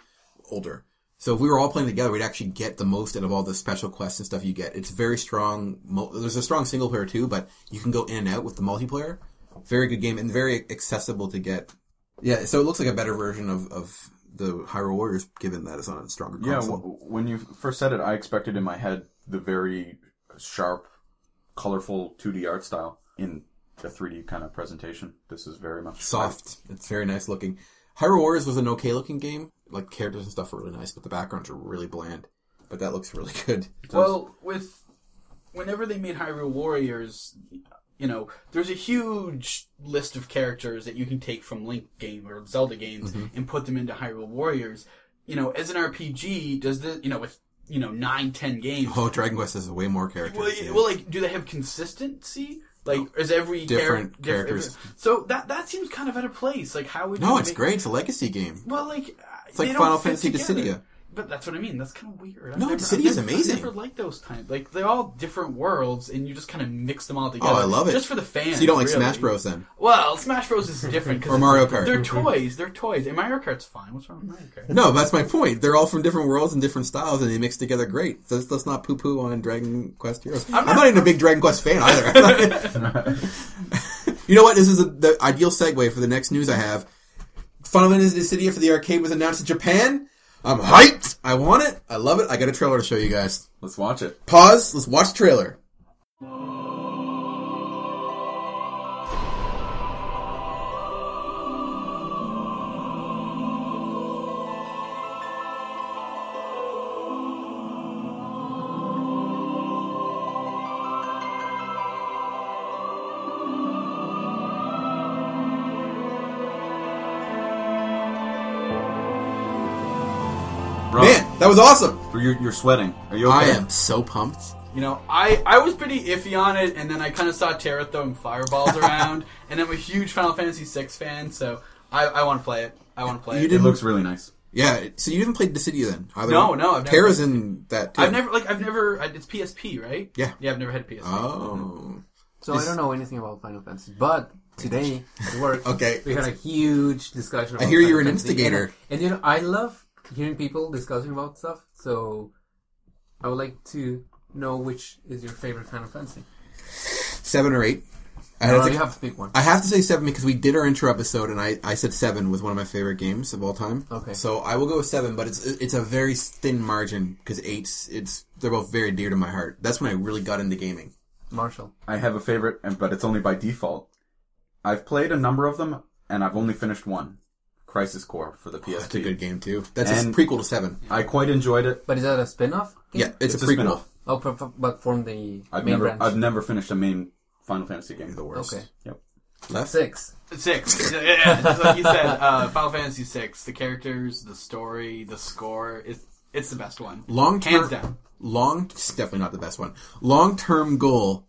A: older. So if we were all playing together, we'd actually get the most out of all the special quests and stuff you get. It's very strong. Mo- there's a strong single player too, but you can go in and out with the multiplayer. Very good game and very accessible to get. Yeah, so it looks like a better version of of the Hyrule Warriors, given that it's on a stronger
D: Yeah,
A: console.
D: w- when you first said it, I expected in my head the very sharp, colorful 2D art style in the 3D kind of presentation. This is very much
A: soft. It's very nice looking. Hyrule Warriors was an okay looking game. Like characters and stuff were really nice, but the backgrounds are really bland. But that looks really <laughs> good.
B: Well, with whenever they made Hyrule Warriors, you know, there's a huge list of characters that you can take from Link game or Zelda games
A: Mm-hmm.
B: and put them into Hyrule Warriors. You know, as an RPG, does the you know with you know nine ten games,
A: Oh, Dragon Quest has way more characters.
B: well,
A: yeah.
B: well, like, do they have consistency? Like, is every
A: Different
B: charac- diff-
A: characters.
B: So that that seems kind of out of place. Like, how would
A: no,
B: you
A: it's
B: make-
A: great. It's a legacy game.
B: Well, like it's
A: like Final Fantasy Dissidia.
B: But that's what I mean. That's kind of weird. I've
A: No,
B: never-
A: Dissidia's
B: I've never-
A: amazing.
B: I never like those types. Like they're all different worlds, and you just kind of mix them all together.
A: Oh, I love it.
B: Just for the fans.
A: So you don't like
B: really.
A: Smash Bros. Then?
B: Well, Smash Bros is
A: <laughs>
B: different because
A: Or Mario Kart.
B: They're toys. They're toys. And Mario Kart's fine. What's wrong with Mario Kart?
A: No, that's my point. They're all from different worlds and different styles, and they mix together great. Let's, let's not poo poo on Dragon Quest Heroes. I'm, not even a big Dragon Quest fan either.
B: <laughs>
A: you know what? This is a, the ideal segue for the next news I have. Final Fantasy Dissidia for the arcade was announced in Japan. I'm hyped. I want it. I love it. I got a trailer to show you guys.
D: Let's watch it.
A: Pause. Let's watch the trailer.
D: Rob,
A: Man, that was awesome.
D: You're, you're sweating. Are you okay?
A: I am so pumped.
B: You know, I, I was pretty iffy on it, and then I kind of saw Tara throwing
A: <laughs>
B: fireballs around, and I'm a huge Final Fantasy VI fan, so I, I want to play it. I want to play
A: You
B: it.
D: It
A: didn't-
D: looks really nice.
A: Yeah. So you haven't played Dissidia then? Either
B: No,
A: one?
B: no, I've never
A: Terra's in that. Too.
B: I've never like I've never I- it's PSP right?
A: Yeah.
B: yeah. I've never had a PSP.
A: Oh.
C: So I don't know anything about Final Fantasy, but today at
A: <laughs>
C: work,
A: Okay.
C: we had a huge discussion. About
A: hear
C: Final
A: you're an
C: Fantasy,
A: instigator.
C: and- and you know, I love hearing people discussing about stuff. So I would like to know which is your favorite Final Fantasy.
A: Seven or eight. I
C: Or
A: don't think-
C: you have to pick one.
A: I have to say seven because we did our intro episode, and I, I said seven was one of my favorite games of all time.
C: Okay.
A: So I will go with seven, but it's it's a very thin margin because eights it's they're both very dear to my heart. That's when I really got into gaming.
C: Marshall.
D: I have a favorite, and but it's only by default. I've played a number of them, and I've only finished one, Crisis Core for the PSP.
A: Oh, That's a good game too. That's a
D: And-
A: prequel to seven.
D: I quite enjoyed it.
C: But is that a spin-off? game?
A: Yeah, it's,
D: It's
A: a
D: a
A: prequel.
D: spin-off.
C: Oh, but- but- but from the
D: I've
C: main
D: never,
C: branch.
D: I've never finished a main Final Fantasy game.
A: The worst.
C: okay,
D: Yep.
A: Left.
C: six.
B: Six, yeah, yeah, just like you said, uh, Final Fantasy six. The characters, the story, the score. It's it's the best one.
A: Long term.
B: Hands down.
A: Long. It's definitely not the best one. Long term goal.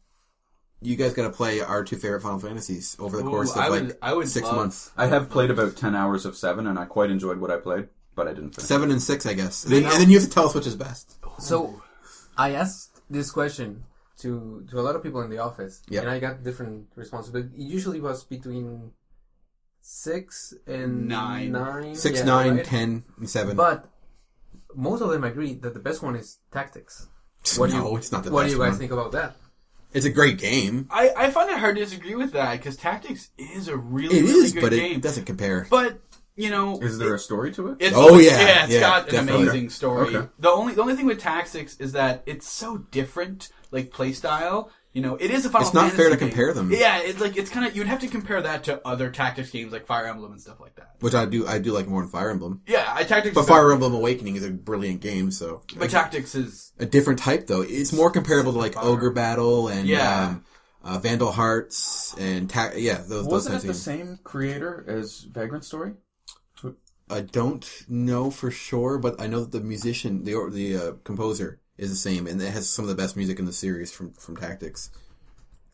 A: You guys got to play our two favorite Final Fantasies over the
B: Ooh,
A: course of
B: I
A: like
B: would- I would
A: six
B: love-
A: months.
D: I have played about ten hours of Seven, and I quite enjoyed what I played, but I didn't finish.
A: Seven and six, I guess. And then, and then you have to tell us which is best.
C: So, I asked this question to to a lot of people in the office,
A: Yeah.
C: and I got different responses. But it usually was between six and
B: Nine.
C: nine
A: Six,
C: yeah,
A: nine,
C: right?
A: ten, and seven.
C: But most of them agree that the best one is Tactics. What do
A: no,
C: you,
A: it's not the
C: What
A: best
C: do you guys
A: one.
C: think about that?
A: It's a great game.
B: I, I find it hard to disagree with that because Tactics is a really
A: It
B: really
A: is,
B: good
A: but
B: game.
A: it doesn't compare.
B: but you know,
D: Is there a story to it?
B: It's,
A: Oh, yeah,
B: yeah, it's
A: yeah,
B: got an
A: definitely.
B: amazing story.
D: Okay.
B: The only the only thing with Tactics is that it's so different, like playstyle. You know, it is a Final
A: It's not
B: Fantasy
A: fair to
B: game.
A: compare them.
B: Yeah, it's like it's kind of you'd have to compare that to other Tactics games like Fire Emblem and stuff like that.
A: Which I do, I do like more than Fire Emblem.
B: Yeah, I Tactics.
A: But
B: is better,
A: Fire Emblem Awakening is a brilliant game, so
B: but Tactics is
A: a different type though. It's more comparable to like
B: Fire.
A: Ogre Battle and
B: Yeah.
A: um, uh, Vandal Hearts and ta- yeah, those those
D: Wasn't
A: types
D: it
A: of
D: the
A: games.
D: same creator as Vagrant Story?
A: I don't know for sure, but I know that the musician, the or- the uh, composer, is the same, and it has some of the best music in the series from from Tactics.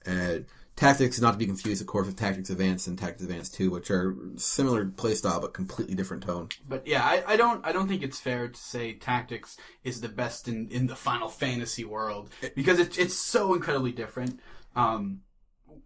A: Uh, Tactics, not to be confused, of course, with Tactics Advance and Tactics Advance Two, which are similar playstyle but completely different tone.
B: But yeah, I, I don't I don't think it's fair to say Tactics is the best in, in the Final Fantasy world because it's it's so incredibly different. Um,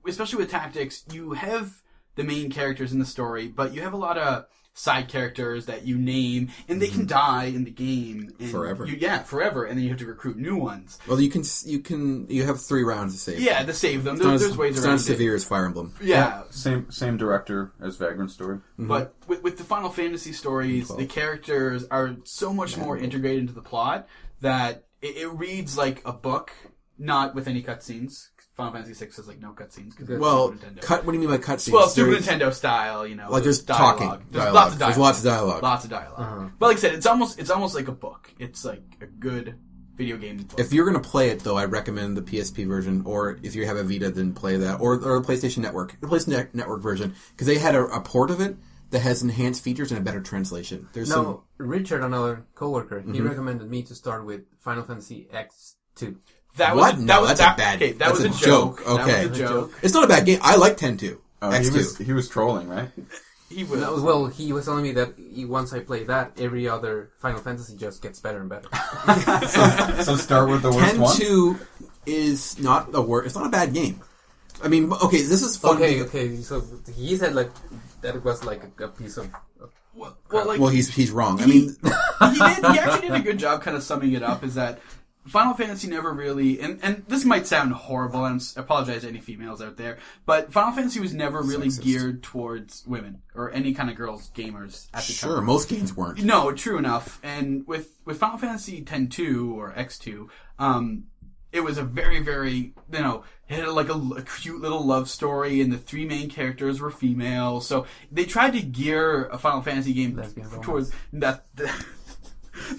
B: especially with Tactics, you have the main characters in the story, but you have a lot of side characters that you name and they can die in the game and
A: Mm-hmm. Forever.
B: you- yeah, forever, and then you have to recruit new ones.
A: Well, you can s- you can you have three rounds to save.
B: Yeah, to save them.
A: it's not
B: There,
A: as,
B: there's ways
A: it's
B: around
A: not
B: it.
A: as severe as Fire Emblem.
B: Yeah,
D: Same same director as Vagrant Story.
A: Mm-hmm.
B: But with, with the Final Fantasy stories, the characters are so much more integrated into the plot that it, it reads like a book, not with any cutscenes. Final Fantasy VI has like no cutscenes. 'cause it's
A: Well,
B: Super Nintendo.
A: cut. What do you mean by cutscenes?
B: well, Super
A: There's-
B: Nintendo style, you know.
A: Like there's
B: dialogue.
A: talking,
B: There's
A: dialogue.
B: lots of dialogue.
A: There's lots of dialogue.
B: Lots of dialogue. But like I said, it's almost it's almost like a book. It's like a good video game. Book.
A: If you're gonna play it, though, I recommend the PSP version, or if you have a Vita, then play that, or or the PlayStation Network, the PlayStation Net- Network version, because they had a, a port of it that has enhanced features and a better translation. There's some
C: No, Richard, another coworker, he
A: Mm-hmm.
C: recommended me to start with Final Fantasy X two.
B: that
A: what?
B: was
A: No,
B: that was
A: that's a
B: that,
A: bad-
B: Okay, that
A: that's
B: was
A: a
B: a, joke.
A: joke. Okay.
B: that was a joke.
A: it's not a bad game. I like Ten Two
D: Oh,
A: X
D: he
A: Two.
D: was he was trolling, right?
B: He was.
C: No, well, he was telling me that he, once I play that, every other Final Fantasy just gets better and better.
D: <laughs> so start with the worst
A: Ten
D: one.
A: Two is not a word. It's not a bad game. I mean, okay, this is fun.
C: okay,
A: because-
C: okay. So he said like that it was like a, a piece of. of-
B: well, well, like
A: Well, he's he's wrong. I mean,
B: he did. He actually did a good job, kind of summing it up. Is that Final Fantasy never really, and and this might sound horrible. and I apologize to any females out there, but Final Fantasy was never really geared towards women or any kind of girls gamers at the
A: sure,
B: time.
A: most games weren't.
B: No, true enough. And with with Final Fantasy X two or X two, um, it was a very very you know it had like a, l- a cute little love story, and the three main characters were female. So they tried to gear a Final Fantasy game
C: Lesbian romance.
B: towards that. <laughs>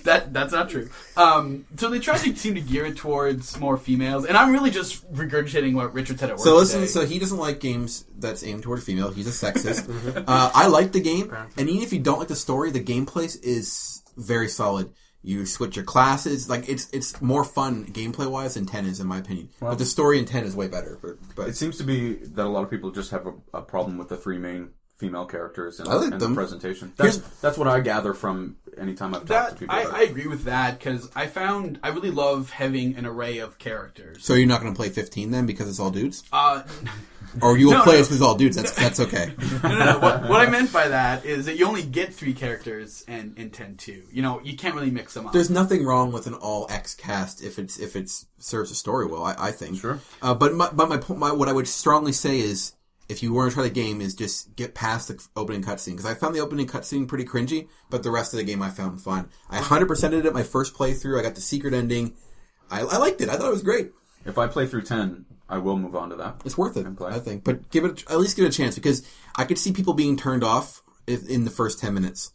B: That that's not true. Um, so they tried to seem to gear it towards more females, and I'm really just regurgitating what Richard said at work.
A: So listen,
B: today.
A: so he doesn't like games that's aimed toward female. He's a
B: <laughs>
A: sexist.
B: Mm-hmm.
A: uh, I like the game, and even if you don't like the story, the gameplay is very solid. You switch your classes, like it's it's more fun gameplay wise than ten is, in my opinion. but the story in ten is way better. But, but
D: It seems to be that a lot of people just have a, a problem with the three main female characters and,
A: I like
D: and
A: them.
D: the presentation. That's,
A: Here's-
D: that's what I gather from anytime I've talked to
B: that
D: people.
B: I,
D: about
B: I
D: it.
B: agree with that because I found I really love having an array of characters.
A: so you're not going to play fifteen then because it's all
B: <laughs>
A: dudes,
B: Uh,
A: or you will
B: No,
A: play
B: no.
A: it because it's all dudes. That's that's
B: <laughs>
A: okay.
B: no, no, no. What, what I meant by that is that you only get three characters and in ten two. You know, you can't really mix them up.
A: There's nothing wrong with an all X cast if it's if it serves the story well. I, I think.
D: Sure.
A: Uh, but my, but my, po- my what I would strongly say is if you want to try the game is just get past the f- opening cutscene because I found the opening cutscene pretty cringy, but the rest of the game I found fun. I hundred percented it my first playthrough. I got the secret ending. I, I liked it. I thought it was great.
D: If I play through ten, I will move on to that.
A: It's worth it,
D: And play.
A: I think. But give it at least give it a chance because I could see people being turned off if, in the first ten minutes.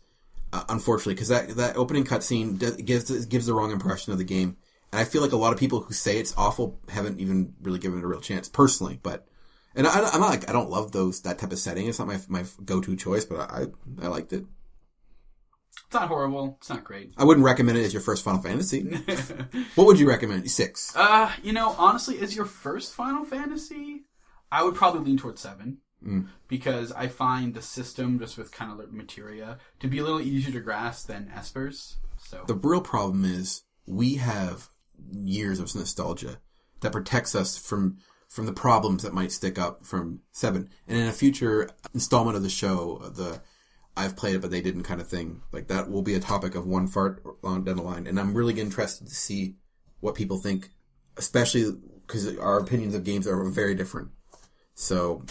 A: Uh, unfortunately, because that that opening cutscene d- gives gives the wrong impression of the game, and I feel like a lot of people who say it's awful haven't even really given it a real chance personally. But and I, I'm not like I don't love those that type of setting. It's not my my go to choice, but I I liked it.
B: It's not horrible. It's not great.
A: I wouldn't recommend it as your first Final
D: <laughs>
A: Fantasy. what would you recommend? Six.
B: Uh, you know, honestly, as your first Final Fantasy, I would probably lean towards seven
A: Mm.
B: because I find the system just with kind of materia to be a little easier to grasp than Esper's. So
A: The real problem is we have years of nostalgia that protects us from from the problems that might stick up from seven. And in a future installment of the show, the I've played it but they didn't kind of thing, like that will be a topic of one fart on down the line. And I'm really interested to see what people think, especially because our opinions of games are very different. So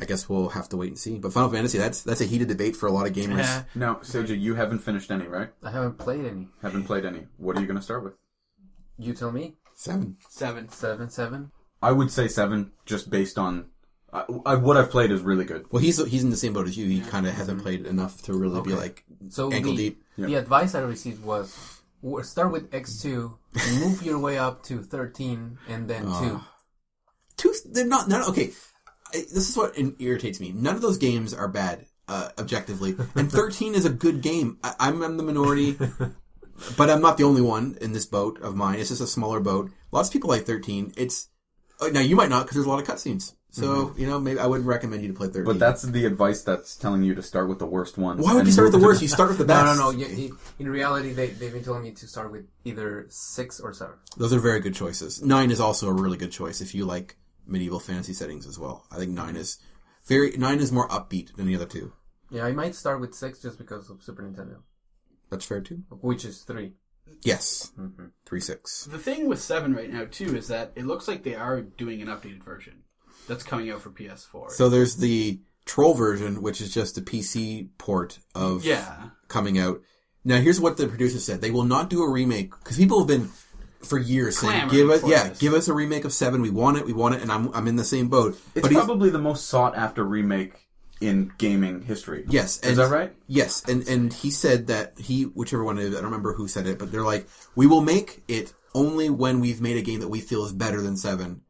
A: I guess we'll have to wait and see. But Final Fantasy, that's that's a heated debate for a lot of gamers.
C: Yeah.
D: Now, Seiji, you haven't finished any, right?
C: I haven't played any.
D: Haven't played any. What are you going to start with?
C: You tell me.
A: Seven.
B: Seven.
C: Seven, seven.
D: I would say seven, just based on I, I, what I've played is really good.
A: Well, he's he's in the same boat as you. He kind of
C: Mm-hmm.
A: hasn't played enough to really be like
C: So
A: ankle
C: the,
A: deep.
C: the advice I received was w- start with X2, move your way up to 13, and then 2.
A: Ah. two. They're not. None. Okay, I, this is what in- irritates me. None of those games are bad uh, objectively,
C: <laughs>
A: and thirteen is a good game. I, I'm in the minority, but I'm not the only one in this boat of mine. It's just a smaller boat. Lots of people like thirteen. It's uh, now you might not because there's a lot of cutscenes. So
C: Mm-hmm.
A: you know maybe I wouldn't recommend you to play thirteen.
D: But that's the advice that's telling you to start with the worst one.
A: why would you start with
D: <laughs>
A: the worst? You start with the
C: No,
A: best.
C: no, no. You, you- in reality, they, they've been telling me to start with either 6 or 7.
A: Those are very good choices. Nine is also a really good choice if you like medieval fantasy settings as well. I think nine is very nine is more upbeat than the other two.
C: Yeah, I might start with 6 just because of Super Nintendo,
A: That's fair too.
C: which is 3.
A: Yes, three six.
B: The thing with seven right now too is that it looks like they are doing an updated version that's coming out for PS4.
A: So there's the troll version, which is just a PC port of
B: yeah,
A: coming out. Now here's what the producer said: they will not do a remake because people have been for years saying,
B: Clamoring
A: "Give us,
B: for
A: yeah,
B: this.
A: give us a remake of Seven. We want it, we want it." And I'm I'm in the same boat.
D: It's
A: but he's-
D: probably the most sought after remake in gaming history.
A: Yes,
D: Is that right?
A: Yes, and and he said that he, whichever one it is, I don't remember who said it, but they're like, we will make it only when we've made a game that we feel is better than seven.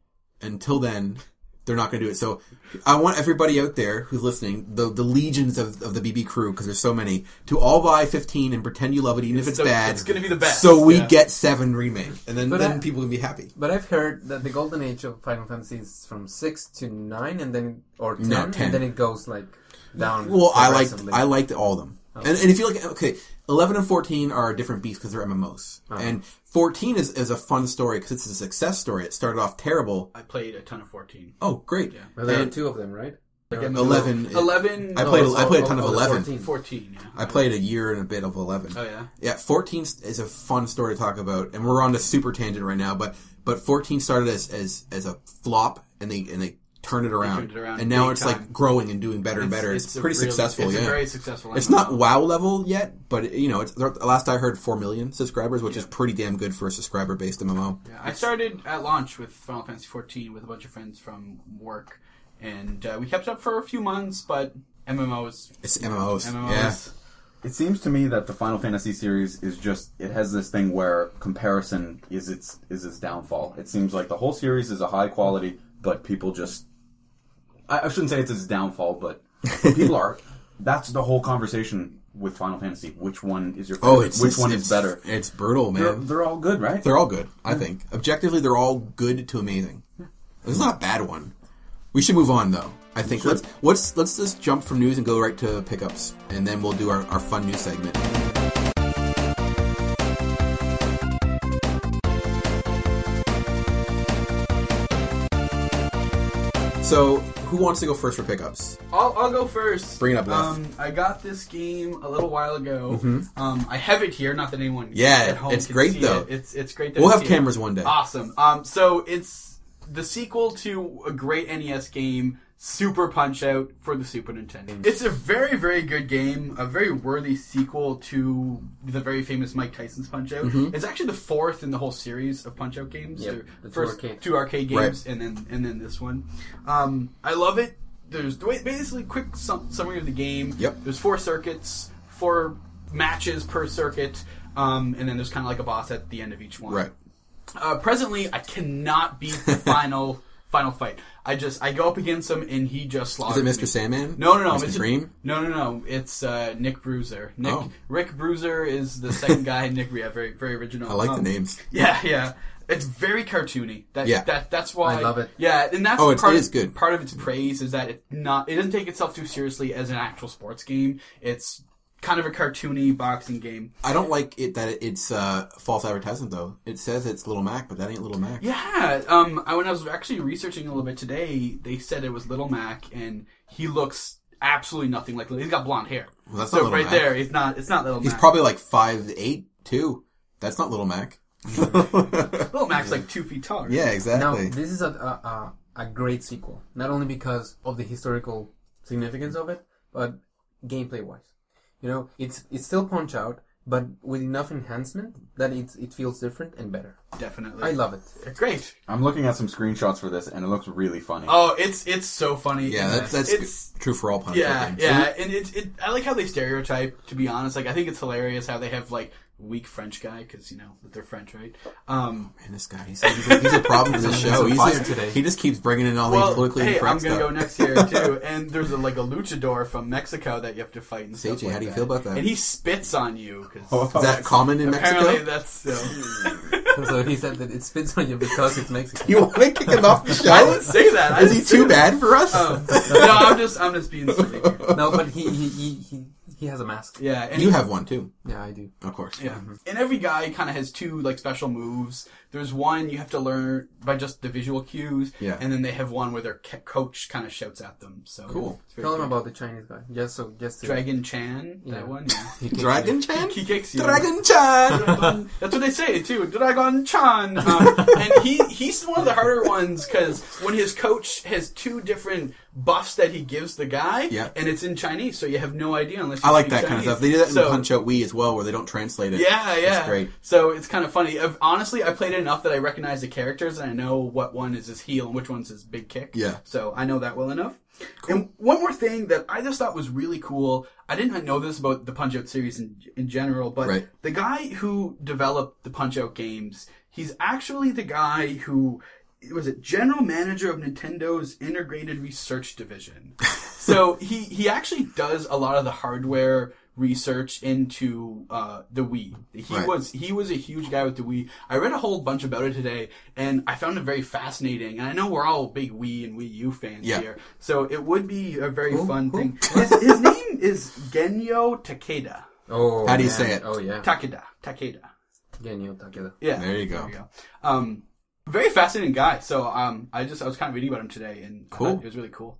A: Until then, they're not going to do it. So, I want everybody out there who's listening, the the legions of, of the BB crew, because there's so many, to all buy 15 and pretend you love it, even if it's
B: so-
A: bad.
B: it's gonna be the best,
A: So we
B: yeah.
A: get seven remake, and then
C: But
A: then
C: I-
A: people will be happy.
C: But I've heard that the golden age of Final Fantasy is from 6 to 9, and then, or 10,
A: 10.
C: and then it goes like down.
A: Well, I liked
C: progressively.
A: I liked all of them,
B: Oh.
A: and, and if you look, okay, eleven and fourteen are a different beast because they're MMOs,
B: Uh-huh.
A: and fourteen is, is a fun story because it's a success story. It started off terrible.
B: I played a ton of 14.
A: Oh, great!
C: Well, there are
A: And
C: two of them, right?
B: Again,
A: eleven.
B: Eleven.
A: I played.
C: no,
A: I played a
C: oh,
A: ton of
C: oh,
A: eleven.
C: 14.
B: Fourteen. Yeah.
A: I played a year and a bit of eleven.
B: Oh yeah.
A: Yeah, 14 is a fun story to talk about, and we're on a super tangent right now. But but 14 started as as, as a flop, and they and they turned it around,
B: turned it around
A: and now
B: big
A: it's
B: time.
A: like growing and doing better and better. It's,
B: a
A: pretty
B: really-
A: successful.
B: It's
A: yeah,
B: a very successful.
A: It's
B: MMO.
A: not WoW level yet, but you know, it's last I heard four million subscribers, which is pretty damn good for a subscriber based MMO.
B: Yeah, I started at launch with Final Fantasy 14 with a bunch of friends from work, and uh, we kept up for a few months. But MMOs,
A: It's MMOs.
B: MMOs,
A: Yeah.
D: It seems to me that the Final Fantasy series is just it has this thing where comparison is its is its downfall. It seems like the whole series is a high quality, but people just I, I shouldn't say it's its downfall,
A: <laughs>
D: but people are that's the whole conversation with Final Fantasy. Which one is your favorite?
A: Oh, it's
D: which
A: it's-
D: one
A: it's-
D: is better?
A: It's brutal, man.
D: They're,
A: They're,
D: they're all good, right?
A: all good. I think objectively, they're all good to amazing. It's not a bad one. We should move on though. I think let's let's let's just jump from news and go right to pickups, and then we'll do our, our fun news segment. So, who wants to go first for pickups?
B: I'll, I'll go first.
A: Bring it up, Lef.
B: Um, I got this game a little while ago. Um, I have it here. Not that anyone.
A: Mm-hmm. Yeah,
B: at home
A: it's
B: can
A: great,
B: see
A: though.
B: It. It's it's great. That
A: We'll
B: I
A: have
B: see it.
A: cameras one day.
B: Awesome. Um, so it's the sequel to a great NES game, Super Punch Out for the Super
A: Mm.
B: Nintendo. It's a very, very good game, a very worthy sequel to the very famous Mike Tyson's Punch Out.
A: Mm-hmm.
B: It's actually the fourth in the whole series of Punch Out games.
C: Yep,
B: They're
C: the two
B: first
C: arcade.
B: two arcade games, and then and then this one. Um, I love it. There's the way- basically quick sum- summary of the game.
A: Yep.
B: There's four circuits, four matches per circuit, um, and then there's kind of like a boss at the end of each one
A: Right.
B: uh, presently I cannot beat
A: <laughs>
B: the final final fight. I just I go up against him and he just
A: Is
B: slaughters
A: it Mr.
B: me.
A: Sandman?
B: No, no, no,
A: Mr.
B: Mr.
A: Dream?
B: No, no, no. It's uh, Nick Bruiser. Nick
A: Oh.
B: Rick Bruiser is the second guy. Nick, yeah, very very original.
A: I like the
B: Um,
A: names.
B: Yeah, yeah. It's very cartoony. That,
A: Yeah.
B: that that's why
C: I love it.
B: Yeah, and that's
A: Oh, it's-
B: part
A: it
B: of-
A: is good.
B: Part of its praise is that it not it doesn't take itself too seriously as an actual sports game. It's kind of a cartoony boxing game.
A: I don't like it that it, it's uh, false advertisement though. It says it's Little Mac, but that ain't Little Mac.
B: Yeah, um, I, when I was actually researching a little bit today, they said it was Little Mac, and he looks absolutely nothing like. He's got blonde hair.
A: Well, that's
B: so
A: not Little
B: right
A: Mac.
B: there, it's not. It's not Little
A: He's
B: Mac.
A: probably like five eight too. That's not Little Mac. <laughs>
B: Little Mac's like two feet tall.
A: yeah,
C: Now,
A: exactly.
C: this is a, a, a, a great sequel, not only because of the historical significance of it, but gameplay wise. You know, it's it's still Punch Out, but with enough enhancement that it, it feels different and better.
B: definitely.
C: I love it. <laughs>
B: It's great.
D: I'm looking at some screenshots for this, and it looks really funny.
B: Oh, it's it's so funny.
A: yeah, that's that's
B: it's
A: true for all punch
B: yeah, yeah, and it, it I like how they stereotype. To be honest, like I think it's hilarious how they have like weak French guy because you know they're French, right? Um,
A: And this guy, he's, he's, a, he's a problem with the
C: <laughs> He's
A: show.
C: on
A: He's
C: fire
A: just,
C: today.
A: He just keeps bringing in all these
B: well,
A: politically
B: hey, I'm
A: incorrect
B: gonna go
A: stuff. <laughs>
B: next year too, and there's a, like a luchador from Mexico that you have to fight and stuff.
A: Seiji,
B: like
A: how do you feel about that?
B: And he spits on you
D: Oh.
B: because
A: Is that common in
B: apparently
A: Mexico?
B: that's so.
C: so he said that it spits on you because it's
A: <laughs> <laughs>
C: Mexican.
A: You want to kick him off
B: <laughs>
A: the
B: I didn't
A: show?
B: say that. I
A: Is he
B: didn't
A: too
B: say that.
A: bad for us?
B: Um, no, I'm just I'm just being silly.
C: no, but he he, he, he he has a mask.
B: Yeah, and
A: <laughs> you have one too,
C: Yeah, I do.
A: of course.
B: Yeah. <laughs> And every guy kind of has two like special moves. There's one you have to learn by just the visual cues.
A: Yeah.
B: And then they have one where their ca- coach kind of shouts at them. So
A: Cool.
B: it's very
C: Tell him
B: good.
C: about the Chinese guy. Just so just to,
B: Dragon Chan.
C: Yeah.
B: That one.
C: <laughs>
B: Yeah. <laughs>
A: Dragon Chan?
B: he kicks you.
A: Dragon Chan!
B: <laughs> That's what they say too,
A: <laughs>
B: Dragon Chan. Um, and he he's one of the harder ones because when his coach has two different buffs that he gives the guy,
A: Yeah.
B: and it's in Chinese, so you have no idea unless you
A: I like
B: speak
A: that kind of
B: Chinese.
A: stuff. They do that in
B: So-
A: Punch Out Wii as well, where they don't translate it.
B: Yeah, yeah.
A: It's great.
B: So it's kind of funny. I've, honestly, I played it enough that I recognize the characters and I know what one is his heel and which one's his big kick.
A: Yeah.
B: So I know that well enough. And one more thing that I just thought was really cool. I didn't know this about the Punch Out series in, in general, but
A: Right.
B: the guy who developed the Punch Out games, he's actually the guy who was it general manager of Nintendo's integrated research
A: <laughs>
B: division. so he he actually does a lot of the hardware research into uh, the Wii. He
A: Right.
B: was he was a huge guy with the Wii. I read a whole bunch about it today, and I found it very fascinating. And I know we're all big Wii and Wii U fans
A: Yeah.
B: here, so it would be a very fun
C: Who?
B: thing. His, his name is Genyo Takeda.
C: Oh,
A: How do you
C: man.
A: say it?
C: Oh yeah,
B: Takeda. Takeda.
C: Genio Takeda.
B: Yeah.
A: There you go.
B: we Um, very fascinating guy. So um, I just I was kind of reading about him today, and I
A: Cool.
B: thought it was really cool.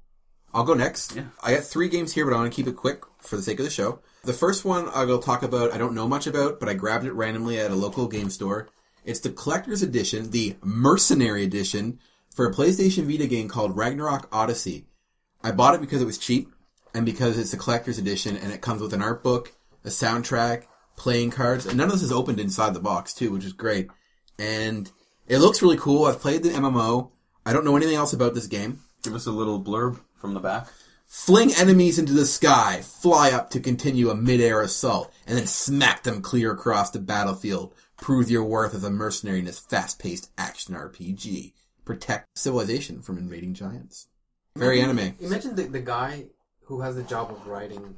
A: I'll go next.
B: Yeah.
A: I got three games here, but I want to keep it quick for the sake of the show. The first one I will talk about, I don't know much about, but I grabbed it randomly at a local game store. It's the collector's edition, the mercenary edition, for a PlayStation Vita game called Ragnarok Odyssey. I bought it because it was cheap and because it's a collector's edition and it comes with an art book, a soundtrack, playing cards, and none of this is opened inside the box too, which is great. And it looks really cool. I've played the MMO. I don't know anything else about this game.
D: Give us a little blurb from the back.
A: Fling enemies into the sky, fly up to continue a mid-air assault, and then smack them clear across the battlefield. Prove your worth as a mercenary in this fast-paced action RPG. Protect civilization from invading giants. Very
B: Mm-hmm.
A: anime.
C: Imagine the, the guy who has the job of writing.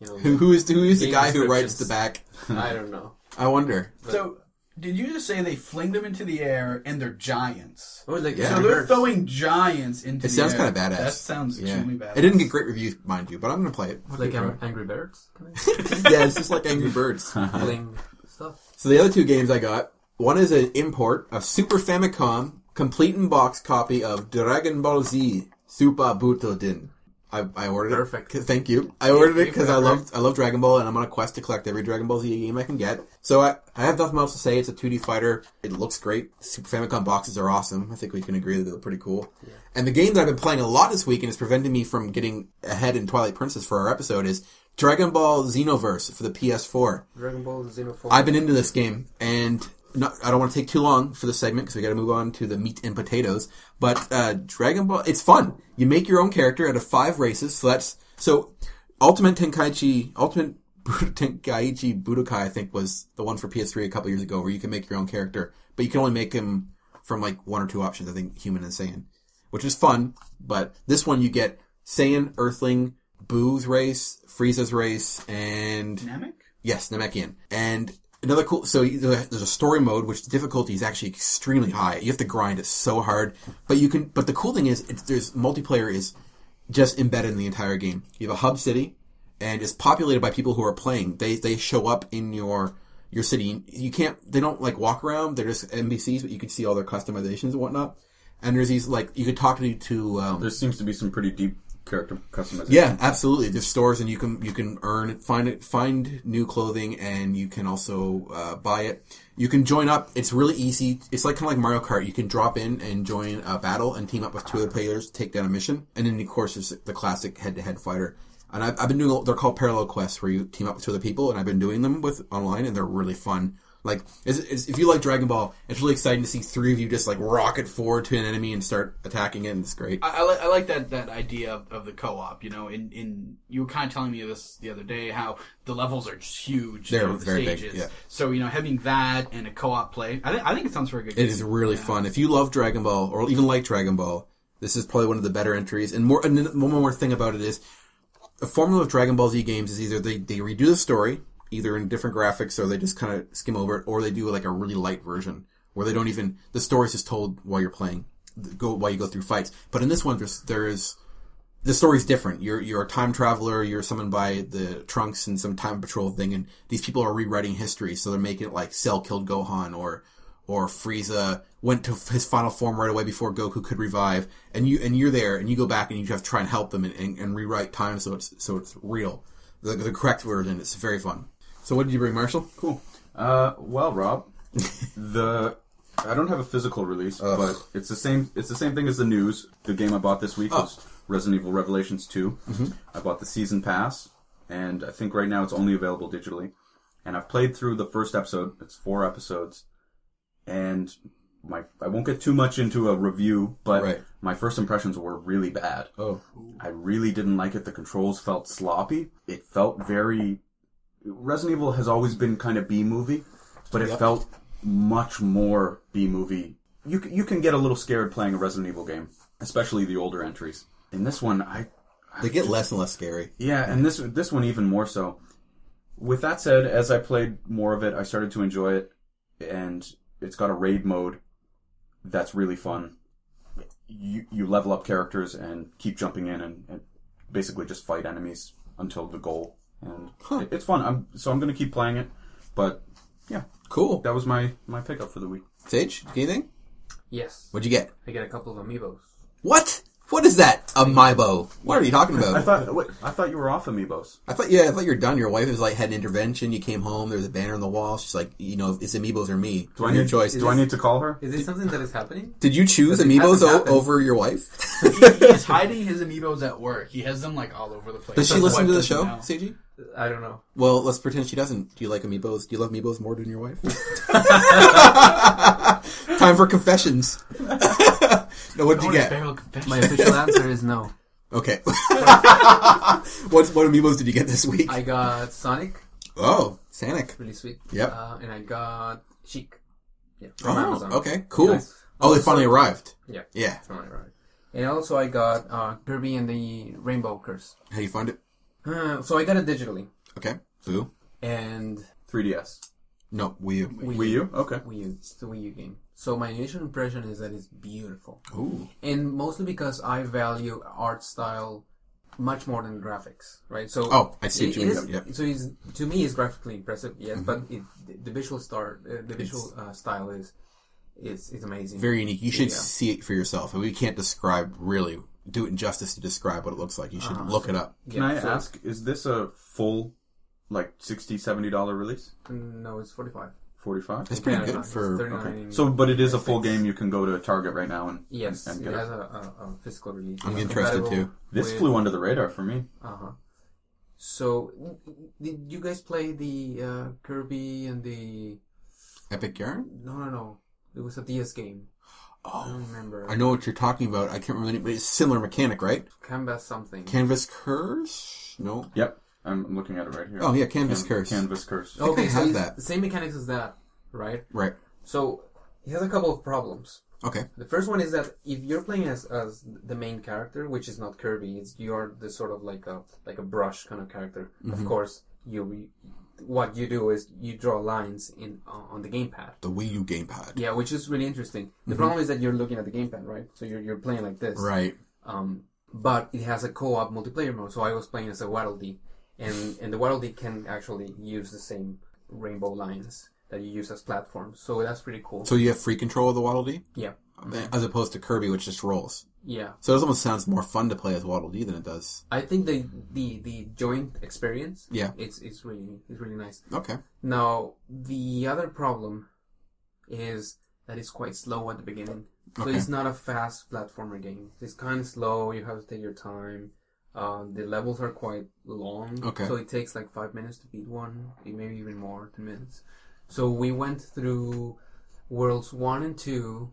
C: You know,
A: Who, who is who is the
C: Game
A: guy who writes the
C: descriptions.
A: back?
C: I don't know.
A: I wonder.
B: So did you just say they fling them into the air and they're giants?
C: Oh, like
A: Yeah.
B: So they're throwing giants into
A: It
B: the
A: sounds
B: air.
A: kind of badass.
B: That sounds
A: Yeah.
B: extremely badass.
A: It didn't get great reviews, mind you, but I'm gonna play it.
C: like ang- Angry Birds,
A: <laughs>
C: kind of
A: yeah, it's just like Angry Birds.
C: <laughs> playing stuff.
A: So the other two games I got, one is an import of Super Famicom complete in box copy of Dragon Ball Z Super Butoden. I, I ordered
C: Perfect.
A: it. <laughs> Thank you. I ordered it
C: you
A: because
C: for
A: I
C: that,
A: love I love Dragon Ball and I'm on a quest to collect every Dragon Ball Z game I can get. So I, I have nothing else to say. It's a 2D fighter. It looks great. Super Famicom boxes are awesome. I think we can agree that they're pretty cool. And the game that I've been playing a lot this week and is preventing me from getting ahead in Twilight Princess for our episode is Dragon Ball Xenoverse for the PS4.
C: Dragon Ball Xenophobia.
A: I've been into this game, and not, I don't want to take too long for the segment because we got to move on to the meat and potatoes. But uh, Dragon Ball, it's fun. You make your own character out of five races. So that's so Ultimate Tenkaichi, Ultimate <laughs> Tenkaichi Budokai, I think was the one for PS3 a couple years ago, where you can make your own character, but you can only make him from like one or two options. I think human and Saiyan, which is fun. But this one you get Saiyan, Earthling, Boo's race, Frieza's race, and
B: dynamic.
A: Yes, Namekian. And another cool. So you- there's a story mode, which the difficulty is actually extremely high. You have to grind it so hard, but you can. But the cool thing is, it's, there's multiplayer is just embedded in the entire game. You have a hub city, and is populated by people who are playing. They they show up in your your city. You can't. They don't like walk around. They're just NPCs, but you can see all their customizations and whatnot. And there's these like you could talk to to um,
D: There seems to be some pretty deep character customization.
A: yeah, absolutely. There's stores, and you can you can earn find it find new clothing, and you can also uh, buy it. You can join up. It's really easy. It's like kind of like Mario Kart. You can drop in and join a battle and team up with two other players, take down a mission, and then of course there's the classic head-to-head fighter. And I've, I've been doing they're called parallel quests where you team up with two other people, and I've been doing them with online, and they're really fun. Like, it's, it's, if you like Dragon Ball, it's really exciting to see three of you just like rocket forward to an enemy and start attacking it. And it's great.
B: I, I, li- I like that, that idea of, of the co-op. You know, in, in you were kind of telling me this the other day how the levels are just huge. you
A: They're
B: know, the
A: very big,
B: stages.
A: yeah.
B: So you know, having that and a co-op play, I, think I think it sounds very good.
A: It is really fun. If you love Dragon Ball or even like Dragon Ball, this is probably one of the better entries. And more, and then one more thing about it is the formula of Dragon Ball Z games is either they, they redo the story, either in different graphics or they just kind of skim over it, or they do like a really light version where they don't even, the story's just told while you're playing, go, while you go through fights. But in this one, there's, there is, the story's different. You're you're a time traveler. You're summoned by the Trunks and some time patrol thing, and these people are rewriting history. So they're making it like Cell killed Gohan, or or Frieza went to his final form right away before Goku could revive. And you and you're there, and you go back and you have to try and help them and, and, and rewrite time so it's so it's real, the, the correct version. It's very fun. So what did you bring, Marshall?
D: Cool. Uh, well, Rob, the I don't have a physical release, but it's the same. It's the same thing as the news. The game I bought this week was Resident Evil Revelations 2 I bought the season pass, and I think right now it's only available digitally. And I've played through the first episode. It's four episodes, and my I won't get too much into a review, but
A: Right.
D: my first impressions were really bad.
A: Oh,
D: I really didn't like it. The controls felt sloppy. It felt very. Resident Evil has always been kind of B movie, but it felt much more B movie. You c- you can get a little scared playing a Resident Evil game, especially the older entries. In this one, I
A: they get less and less scary.
D: yeah, and this this one even more so. With that said, as I played more of it, I started to enjoy it, and it's got a raid mode that's really fun. You you level up characters and keep jumping in and, and basically just fight enemies until the goal, and it, it's fun. I'm so I'm gonna keep playing it, but yeah,
A: Cool.
D: that was my my pickup for the week.
A: Sage, anything?
C: Yes,
A: What'd you get?
C: I get a couple of amiibos.
A: What? What is that? A Mibo? What are you talking about?
D: I thought wait, I thought you were off Amiibos.
A: I thought, yeah, I thought you were done. Your wife was like had an intervention. You came home. There was a banner on the wall. She's like, you know, it's amiibos or me.
D: Do I
A: Your
D: need
A: choice.
D: Do I need to call her?
C: Is this something that is happening?
A: Did you choose
C: Does it
A: amiibos
C: happen?
A: o- over your wife?
B: He's hiding his amiibos at work. He has them like all over the place.
A: Does she
B: His
A: listen
B: wife
A: to the
B: doesn't
A: show,
B: know.
A: CG?
C: I don't know.
A: Well, let's pretend she doesn't. Do you like amiibos? Do you love amiibos more than your <laughs> wife? Time for confessions. <laughs> no, what'd you
B: Bonus
A: get?
B: barrel confession.
C: My official answer is no.
A: Okay. <laughs> what what amiibos did you get this week?
C: I got Sonic,
A: oh, Sonic.
C: really sweet.
A: Yep.
C: Uh, and I got Chic. Yeah. from
A: Oh,
C: Amazon.
A: okay, cool.
C: Nice.
A: Oh, they finally arrived.
C: Yeah.
A: Yeah.
C: From Amazon. And also I got uh, Kirby and the Rainbow Curse.
A: How you find it?
C: Uh, so I got it digitally
A: Okay. Boo.
C: and
D: 3DS,
A: No, Wii U.
C: Wii,
D: Wii U, okay.
C: Wii U. It's the Wii U game. So my initial impression is that it's beautiful.
A: Ooh.
C: and mostly because I value art style much more than graphics, right? So
A: Oh, I see what
C: it-
A: you
C: it
A: mean,
C: is-
A: yeah, yeah. Mm-hmm.
C: So it's, to me, it's graphically impressive, yes, but it, the visual star, uh, the visual uh, style is is is amazing.
A: very unique. You should
C: Yeah.
A: see it for yourself. We can't describe really do it injustice to describe what it looks like. You
C: Uh-huh.
A: should look it up.
C: Yeah,
D: Can I
C: so-
D: ask, is this a full, like, 60 $70 dollar release?
C: No, it's forty five.
D: 45
A: It's pretty good for.
D: Okay. So, but it is a full game. You can go to Target right now and
C: Mm, Yes,
D: and
C: it
D: get it.
C: has a, a, a physical release.
A: I'm
C: It's
A: interested
C: compatible
A: too.
D: This
C: with-
D: flew under the radar for me.
C: Uh huh. So, did you guys play the uh, Kirby and the?
A: Epic Yarn.
C: No, no, no. It was a DS game. I
A: Oh,
C: don't remember.
A: I know what you're talking about. I can't remember the name, but it's similar mechanic, right?
C: Canvas something.
A: Canvas curse? No.
D: Yep, I'm I'm looking at it right here.
A: Oh yeah, canvas curse.
D: Canvas Curse.
C: Oh.
A: think I have
C: it's
A: that.
C: the Same mechanics as that, right?
A: Right.
C: So he has a couple of problems.
A: Okay.
C: The first one is that if you're playing as, as the main character, which is not Kirby, it's you're the sort of like a like a brush kind of character.
A: Mm-hmm.
C: Of course, you what you do is you draw lines in on the gamepad.
A: The Wii U gamepad.
C: Yeah, which is really interesting. The problem is that you're looking at the gamepad, right? So you're you're playing like this.
A: Mm-hmm. Right.
C: Um, but it has a co-op multiplayer mode, so I was playing as a Waddle Dee, and and the Waddle Dee can actually use the same rainbow lines that you use as platforms. So that's pretty cool.
A: So you have free control of the Waddle Dee,
C: yeah,
A: as opposed to Kirby, which just rolls.
C: yeah.
A: So it almost sounds more fun to play as Waddle Dee than it does.
C: I think the the the joint experience.
A: Yeah.
C: it's it's really it's really nice.
A: Okay.
C: Now the other problem is that it's quite slow at the beginning. So
A: Okay.
C: it's not a fast platformer game. It's kind of slow. You have to take your time. Uh, the levels are quite long,
A: Okay.
C: so it takes like five minutes to beat one, maybe even more, ten minutes. So we went through worlds one and two,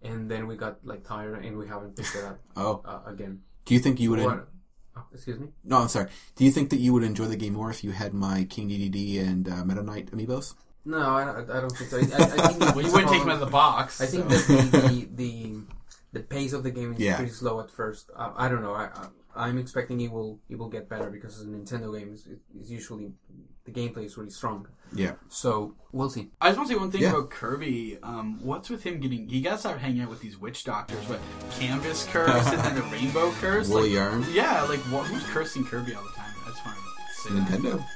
C: and then we got like tired, and we haven't picked it up
A: Oh,
C: uh, again.
A: do you think you would?
C: What? Oh, excuse me.
A: No, I'm sorry. Do you think that you would enjoy the game more if you had my King DDD and uh, Meta Knight amiibos?
C: No, I, I I don't
B: <laughs>
C: think so. I, I, I think
B: <laughs> Well, you wouldn't take them out of the box.
C: I think that the, the the the pace of the game is
A: Yeah.
C: pretty slow at first. I, I don't know. I, I I'm expecting it will it will get better because it's a Nintendo game. It's, it's usually the gameplay is really strong.
A: Yeah.
C: So we'll see.
B: I just want to say one thing
A: Yeah.
B: about Kirby. Um, what's with him getting? He got to start hanging out with these witch doctors. But Canvas curse and
A: <laughs>
B: then the Rainbow curse.
A: Woolly
B: like,
A: Arm?
B: Yeah, like what, who's cursing Kirby all the time? I just wanted to say that.
A: Nintendo.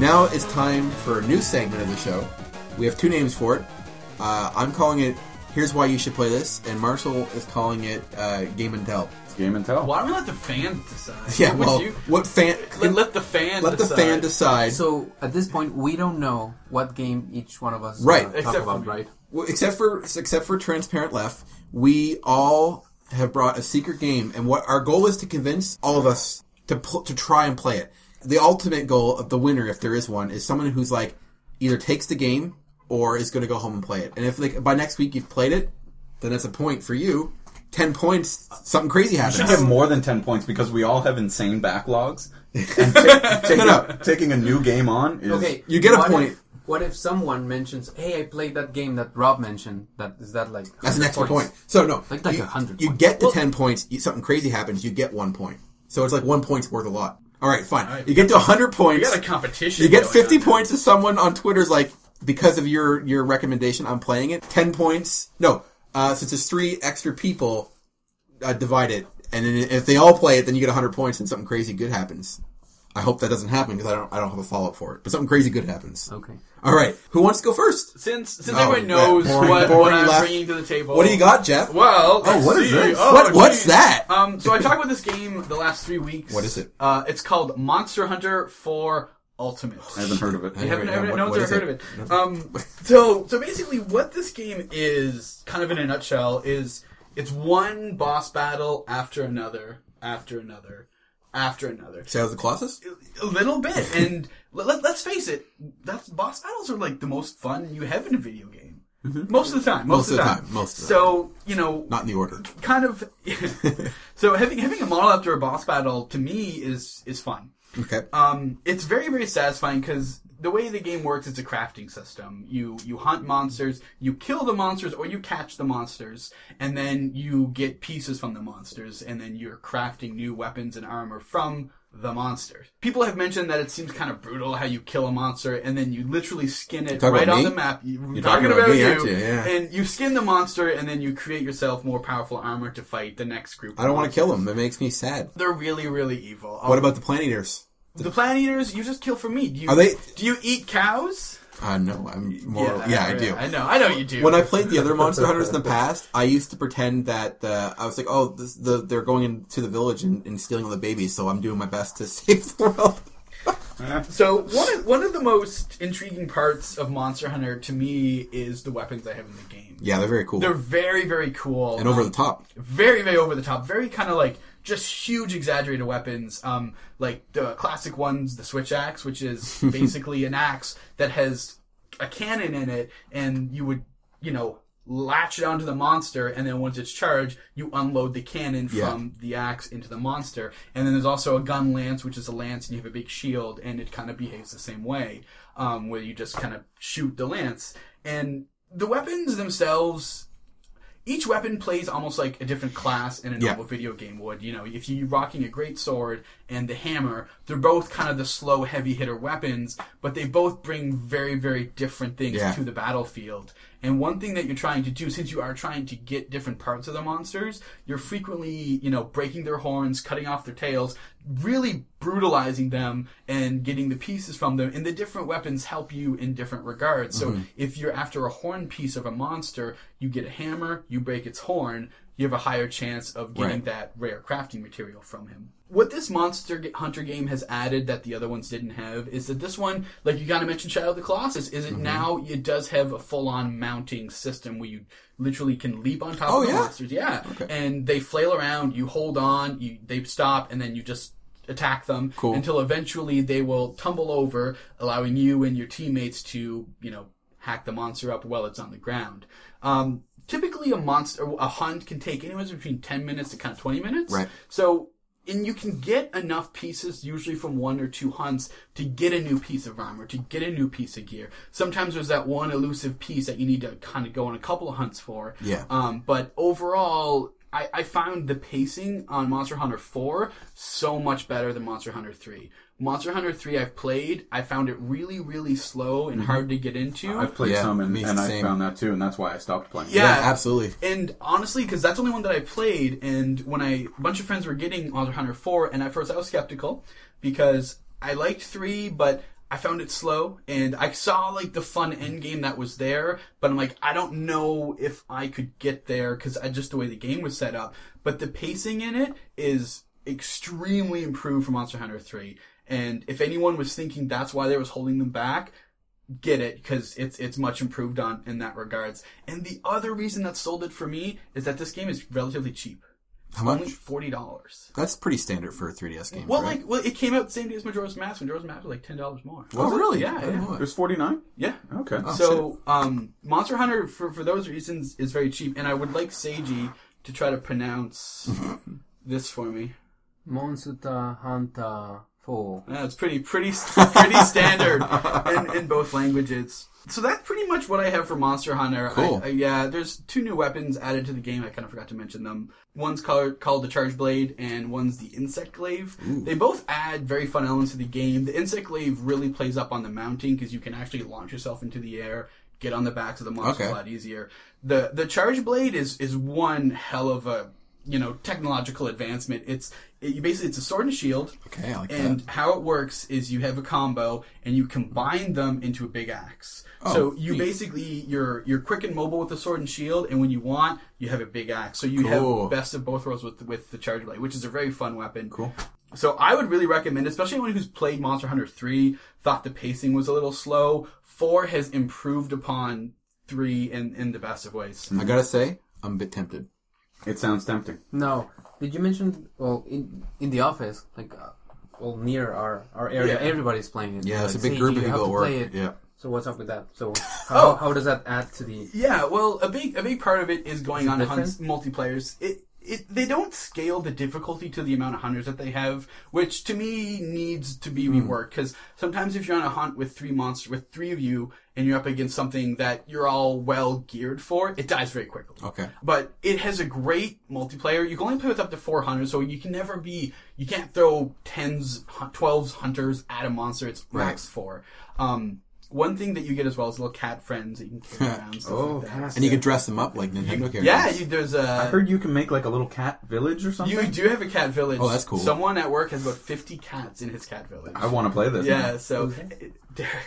A: Now it's time for a new segment of the show. We have two names for it. Uh, I'm calling it "Here's Why You Should Play This," and Marshall is calling it uh, "Game and Tell."
D: It's game and tell.
B: Why don't we let the fans decide?
A: Yeah,
B: Would
A: well,
B: you-
A: what fan?
B: let, let the fan
A: let the
B: decide.
A: fan decide.
C: So at this point, we don't know what game each one of us uh,
A: Right.
C: talk
B: Except for
C: about.
B: me.
C: Right.
A: Well, except for except for transparent left, we all have brought a secret game, and what our goal is to convince all of us to pl- to try and play it. The ultimate goal of the winner, if there is one, is someone who's like either takes the game or is going to go home and play it. And if like by next week you've played it, then that's a point for you. Ten points, something crazy
D: should
A: happens.
D: have more than 10 points because we all have insane
A: <laughs>
D: backlogs. And ta- taking,
A: no.
D: taking a new game on is.
C: Okay.
A: You get a
C: what if-
A: point.
C: what if someone mentions, "Hey, I played that game that Rob mentioned." That is that like
A: That's an
C: 100
A: extra
C: points?
A: point. So no,
C: Like- like
A: you,
C: 100
A: You
C: points.
A: get the ten points. You, something crazy happens. You get one point. So it's like one point's worth a lot. All right, fine.
B: right.
A: You get to hundred
B: We
A: points.
B: got a competition.
A: You get
B: going
A: 50
B: on.
A: points if someone on Twitter's like, because of your your recommendation, I'm playing it. 10 points. No, uh, since there's three extra people, uh, divide it. And then if they all play it, then you get 100 points and something crazy good happens. I hope that doesn't happen because I don't I don't have a follow up for it. But something crazy good happens.
C: Okay.
A: All right, who wants to go first?
B: Since since
A: Oh,
B: everyone
A: yeah,
B: knows
A: boring-
B: what,
A: boring
B: what I'm
A: left.
B: bringing to the table,
A: What do you got, Jeff?
B: Well,
D: Oh, what
B: let's
D: is
B: see.
D: this?
B: Oh,
A: What- what's
B: geez.
A: that?
B: Um, so I talked about this game the last three weeks.
A: What is it?
B: Uh, it's called Monster Hunter 4 Ultimate.
D: I haven't heard of it.
A: I
B: You haven't,
A: Yeah,
B: haven't-
A: what-
B: no one's
A: what
B: ever
A: is
B: heard of
A: <laughs>
B: it. Um, so, so basically, what this game is, kind of in a nutshell, is it's one boss battle after another, after another, after another.
A: Shadow of the Colossus?
B: A little
A: <laughs>
B: bit, and let, let, us face it, that's boss battles are like the most fun you have in a video game. Most of the time. Most,
A: Mm-hmm. Most of the time, most of the
B: so you know,
A: Not in the order.
B: kind of. <laughs> so having having a model after a boss battle to me is is fun.
A: Okay.
B: Um, it's very very satisfying because the way the game works, it's a crafting system. You you hunt monsters, you kill the monsters, or you catch the monsters, and then you get pieces from the monsters, and then you're crafting new weapons and armor from the monsters. People have mentioned that it seems kind of brutal how you kill a monster and then you literally skin it
A: talking
B: right
A: about
B: on
A: me?
B: the map. You- We're
A: You're
B: talking, about, you,
A: aren't you? Yeah.
B: and you skin the monster, and then you create yourself more powerful armor to fight the next group.
A: I don't want to kill them. That makes me sad.
B: They're really, really evil.
A: What about the Planet Eaters?
B: The plant eaters, you just kill for meat. Do you,
A: Are they-
B: Do you eat cows?
A: Uh, no, I'm more. Yeah, I do.
B: I know, I know you do.
A: when I played the other Monster Hunters in the past, I used to pretend that uh, I was like, "Oh, this, the, they're going into the village and, and stealing all the babies," so I'm doing my best to <laughs> save the world.
B: so one of, one of the most intriguing parts of Monster Hunter to me is the weapons I have in the game.
A: Yeah, they're very cool
B: They're very, very cool.
A: and over the top.
B: very very over the top very kind of like just huge exaggerated weapons um like the classic ones the switch axe which is basically an axe that has a cannon in it and you would you know latch it onto the monster and then once it's charged you unload the cannon
A: Yeah.
B: from the axe into the monster and then there's also a gun lance which is a lance and you have a big shield and it kind of behaves the same way um where you just kind of shoot the lance and the weapons themselves each weapon plays almost like a different class in a
A: Yeah.
B: normal video game would. You know, if you're rocking a great sword and the hammer, they're both kind of the slow, heavy hitter weapons, but they both bring very, very different things
A: Yeah.
B: to the battlefield. And one thing that you're trying to do, since you are trying to get different parts of the monsters, you're frequently, you know, breaking their horns, cutting off their tails, really brutalizing them and getting the pieces from them. And the different weapons help you in different regards. So
A: Mm-hmm.
B: if you're after a horn piece of a monster, you get a hammer, you break its horn, you have a higher chance of getting
A: Right.
B: that rare crafting material from him. What this monster g- hunter game has added that the other ones didn't have is that this one, like you kind of mentioned, Shadow of the Colossus, is
A: Mm-hmm.
B: it now it does have a full-on mounting system where you literally can leap on top
A: Oh,
B: of the
A: yeah?
B: monsters, yeah, and they flail around. You hold on, you they stop, and then you just attack them
A: Cool.
B: until eventually they will tumble over, allowing you and your teammates to you know hack the monster up while it's on the ground. Um, typically, a monster a hunt can take anywhere between ten minutes to kind of twenty minutes.
A: Right.
B: So. And you can get enough pieces, usually from one or two hunts, to get a new piece of armor, to get a new piece of gear. Sometimes there's that one elusive piece that you need to kind of go on a couple of hunts for.
A: Yeah.
B: Um, but overall, I, I found the pacing on Monster Hunter 4 so much better than Monster Hunter 3. Monster Hunter 3 I've played, I found it really, really slow and hard to get into.
D: I've played
A: Yeah,
D: some and,
A: me
D: and I
A: same.
D: found that too, and that's why I stopped playing.
B: Yeah.
A: yeah, absolutely.
B: And honestly, because that's the only one that I played, and when I a bunch of friends were getting Monster Hunter Four, and at first I was skeptical because I liked three, but I found it slow, and I saw like the fun end game that was there, but I'm like, I don't know if I could get there because I just the way the game was set up. But the pacing in it is extremely improved from Monster Hunter Three, and if anyone was thinking that's why they was holding them back, get it because it's it's much improved on in that regards. And the other reason that sold it for me is that this game is relatively cheap.
A: How much?
B: Only forty dollars.
A: That's pretty standard for a 3DS game.
B: Well,
A: right?
B: like, well, it came out the same day as Majora's Mask. Majora's Mask was like ten dollars more.
A: oh, really?
B: Yeah,
A: I didn't
B: yeah.
A: know
D: It
A: that.
D: was 49?
B: Yeah.
D: Okay.
A: Oh.
B: so, um, Monster Hunter for for those reasons is very cheap, and I would like Seiji to try to
A: <laughs>
B: pronounce this for me.
C: Monster Hunter 4.
B: Yeah, it's pretty pretty pretty standard in, in both languages. So that's pretty much what I have for Monster Hunter. I-
A: Cool.
B: I- yeah, there's two new weapons added to the game. I kind of forgot to mention them. One's called, called the Charge Blade, and one's the Insect Glaive. They both add very fun elements to the game. The Insect Glaive really plays up on the mounting because you can actually launch yourself into the air, get on the backs of the monsters
A: Okay.
B: a lot easier. The the Charge Blade is is one hell of a you know technological advancement. It's it, you basically it's a sword and shield.
A: Okay, I like
B: And how it works is you have a combo and you combine them into a big axe. so you basically you're you're quick and mobile with the sword and shield, and when you want, you have a big axe. So you
A: Cool.
B: have best of both worlds with with the charge blade, which is a very fun weapon. Cool. So I would really recommend, especially anyone who's played Monster Hunter three, thought the pacing was a little slow. Four has improved upon three in in the best of ways.
A: I gotta say, I'm a bit tempted.
D: It sounds tempting.
C: No, did you mention, well, in in the office, like, uh, well, near our, our area,
B: Yeah.
C: everybody's playing it.
A: Yeah, it's a
C: Like,
A: big
C: "Hey,
A: group
C: you
A: of
C: have
A: people at
C: to
A: work.
C: play it."
A: Yeah.
C: So what's up with that? So how,
B: Oh.
C: how does that add to the...
B: Yeah, well, a big a big part of it is going on
C: different?
B: hunts multiplayers. It it they don't scale the difficulty to the amount of hunters that they have, which to me needs to be reworked because sometimes if you're on a hunt with three monsters with three of you and you're up against something that you're all well geared for, it dies very quickly.
A: Okay.
B: But it has a great multiplayer. You can only play with up to four hunters, so you can never be, you can't throw tens, hu- twelves hunters at a monster. It's max four. Um, one thing that you get as well is little cat friends that you can carry around. Stuff like that.
A: And you could dress them up like Nintendo characters.
B: Yeah, you, there's
D: I
B: a.
D: heard you can make like a little cat village or something.
B: You do have a cat village.
A: Oh, that's cool.
B: Someone at work has about 50 cats in his cat village.
D: I want to play this.
B: yeah, so.
A: <laughs>
B: Derek.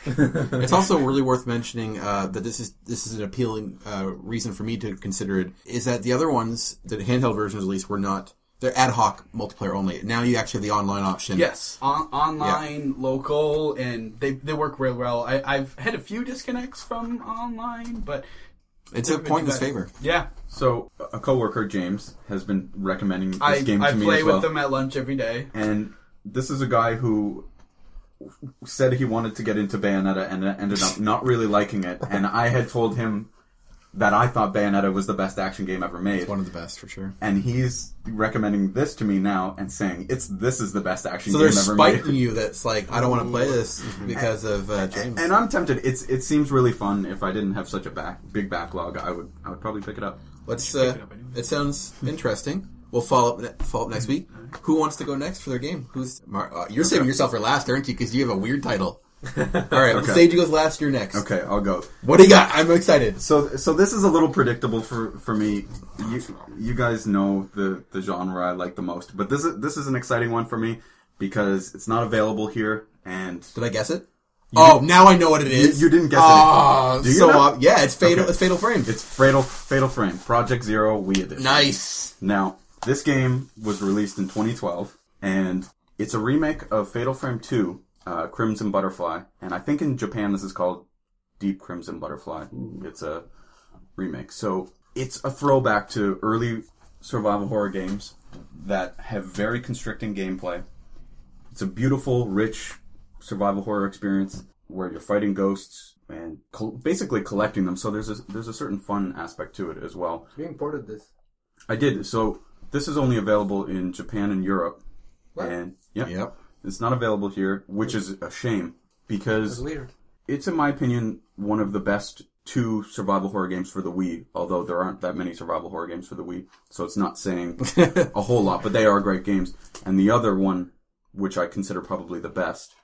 A: It's also really worth mentioning uh, that this is this is an appealing uh, reason for me to consider it is that the other ones, the handheld versions at least, were not they're ad hoc multiplayer only. Now you actually have the online option.
B: Yes, on, online, local, and they they work real well. I, I've had a few disconnects from online, but
A: it's a point in his
B: Better.
A: favor.
B: yeah,
D: So a coworker, James, has been recommending this
B: I
D: game to
B: I
D: me
B: play
D: as
B: with
D: well.
B: them at lunch every day.
D: And this is a guy who said he wanted to get into Bayonetta and ended up not really liking it. And I had told him that I thought Bayonetta was the best action game ever made.
A: One of the best for sure.
D: And he's recommending this to me now and saying it's this is the best action
A: So
D: game
A: they're
D: ever
A: spiking
D: made.
A: you. That's like I don't want to play
B: <laughs>
A: this
B: Mm-hmm.
A: because of uh, James.
D: And I'm tempted. It's it seems really fun. If I didn't have such a back big backlog, I would I would probably pick it up.
A: Let's.
B: should
A: Uh,
B: pick it up anyway. Mm-hmm.
A: it sounds interesting. We'll follow up, ne- follow up next week. Who wants to go next for their game? Who's Mar- uh, you're saving yourself for last, aren't you? Because you have a weird
B: <laughs>
A: title. All right,
D: Okay.
A: Sage goes last. You're next.
D: Okay, I'll go.
A: What do you got? I'm excited.
D: So, so this is a little predictable for, for me. You, you guys know the, the genre I like the most, but this is this is an exciting one for me because it's not available here, and
A: Did I guess it? oh, now I know what it
D: you,
A: is.
D: you didn't guess
A: Ah,
D: it. Do you
A: so
D: know?
A: ob- yeah, it's fatal.
D: Okay.
A: It's fatal frame.
D: It's Fatal Fatal Frame Project Zero Wii Edition.
A: nice.
D: Now, this game was released in 2012, and it's a remake of Fatal Frame 2, uh, Crimson Butterfly, and I think in Japan this is called Deep Crimson Butterfly. It's a remake. So it's a throwback to early survival horror games that have very constricting gameplay. It's a beautiful, rich survival horror experience where you're fighting ghosts and col- basically collecting them. So there's a, there's a certain fun aspect to it as well.
C: You imported this.
D: I did. So this is only available in Japan and Europe,
C: What?
D: and yeah,
A: Yep.
D: it's not available here, which is a shame
C: It's
D: because
C: weird.
D: it's, in my opinion, one of the best two survival horror games for the Wii. Although there aren't that many survival horror games for the Wii, so it's not <laughs> saying a whole lot. But they are great games. And the other one, which I consider probably the best,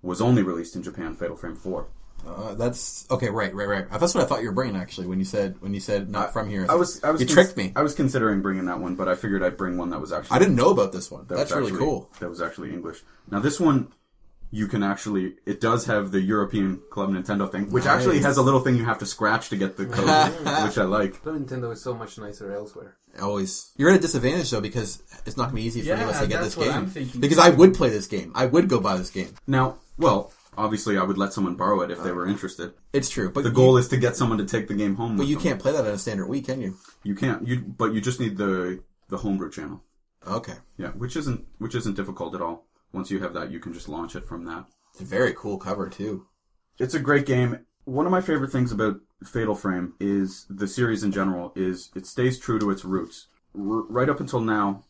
D: was only released in Japan, Fatal Frame Four.
A: Uh, that's okay. Right, right, right. That's what I thought your brain actually when you said when you said not from here.
D: I was, I was,
A: you
D: cons-
A: tricked me.
D: I was considering bringing that one, but I figured I'd bring one that was actually
A: I didn't know about this one.
D: That
A: That's
D: was
A: really
D: actually-
A: cool.
D: That was actually English. Now this one, you can actually. It does have the European Club Nintendo thing, which actually
A: Nice.
D: has a little thing you have to scratch to get
A: <laughs>
D: the code, which I like.
C: Club Nintendo is so much nicer elsewhere.
A: Always, you're at a disadvantage though because it's not gonna be easy for any of us
B: Yeah,
A: to get
B: that's
A: this
B: what
A: game.
B: I'm thinking.
A: Because I would play this game. I would go buy this game.
D: Now, well, obviously, I would let someone borrow it if they were interested.
A: It's true. Uh, But
D: The goal is to get someone to take the game home.
A: But
D: with
A: you
D: them.
A: can't play that on a standard Wii, can you?
D: You can't. You but you just need the the homebrew channel.
A: Okay.
D: Yeah, which isn't which isn't difficult at all. Once you have that, you can just launch it from that.
A: It's a very cool cover too.
D: It's a great game. One of my favorite things about Fatal Frame is the series in general is it stays true to its roots. R- right up until now,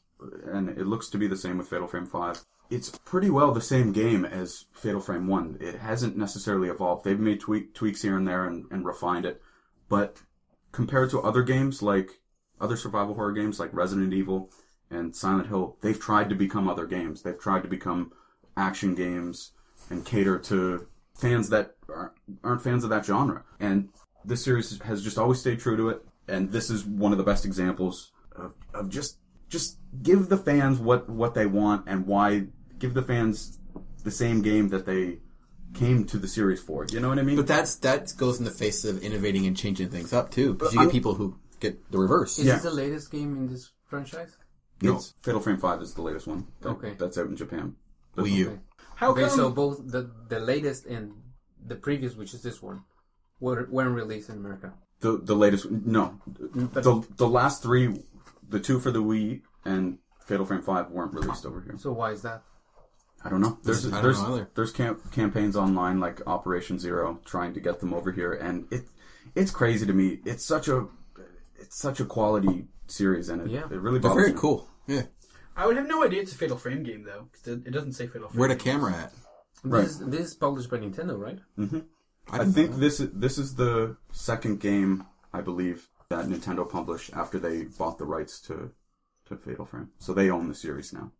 D: and it looks to be the same with Fatal Frame 5. It's pretty well the same game as Fatal Frame 1. It hasn't necessarily evolved. They've made tweak- tweaks here and there and, and refined it. But compared to other games like other survival horror games like Resident Evil and Silent Hill, they've tried to become other games. They've tried to become action games and cater to fans that aren't, aren't fans of that genre. And this series has just always stayed true to it. And this is one of the best examples of, of just just give the fans what what they want and why give the fans the same game that they came to the series for. You know what I mean?
A: But that's that goes in the face of innovating and changing things up too. Because you get people who get the reverse.
C: Is
D: Yeah.
C: this the latest game in this franchise?
A: No.
D: It's Fatal Frame Five is the latest one. that-
C: Okay.
D: that's out in Japan.
A: Wii U.
B: How
C: okay,
B: come?
C: so both the the latest and the previous, which is this one, were weren't released in America.
D: The the latest no, the the last three, the two for the Wii and Fatal Frame Five weren't released over here.
C: So why is that?
D: I don't know. There's
A: I don't
D: there's
A: know either.
D: there's camp, campaigns online like Operation Zero trying to get them over here, and it it's crazy to me. It's such a it's such a quality series, and it
C: Yeah.
D: it really
A: They're
D: bothers
A: very
D: me.
A: cool. Yeah.
B: I would have no idea it's a Fatal Frame game though. 'cause it it doesn't say Fatal Frame.
A: Where the camera at?
D: Right.
C: This, is, this is published by Nintendo, right?
D: I think this is this is the second game I believe that Nintendo published after they bought the rights to to Fatal Frame, so they own the series now.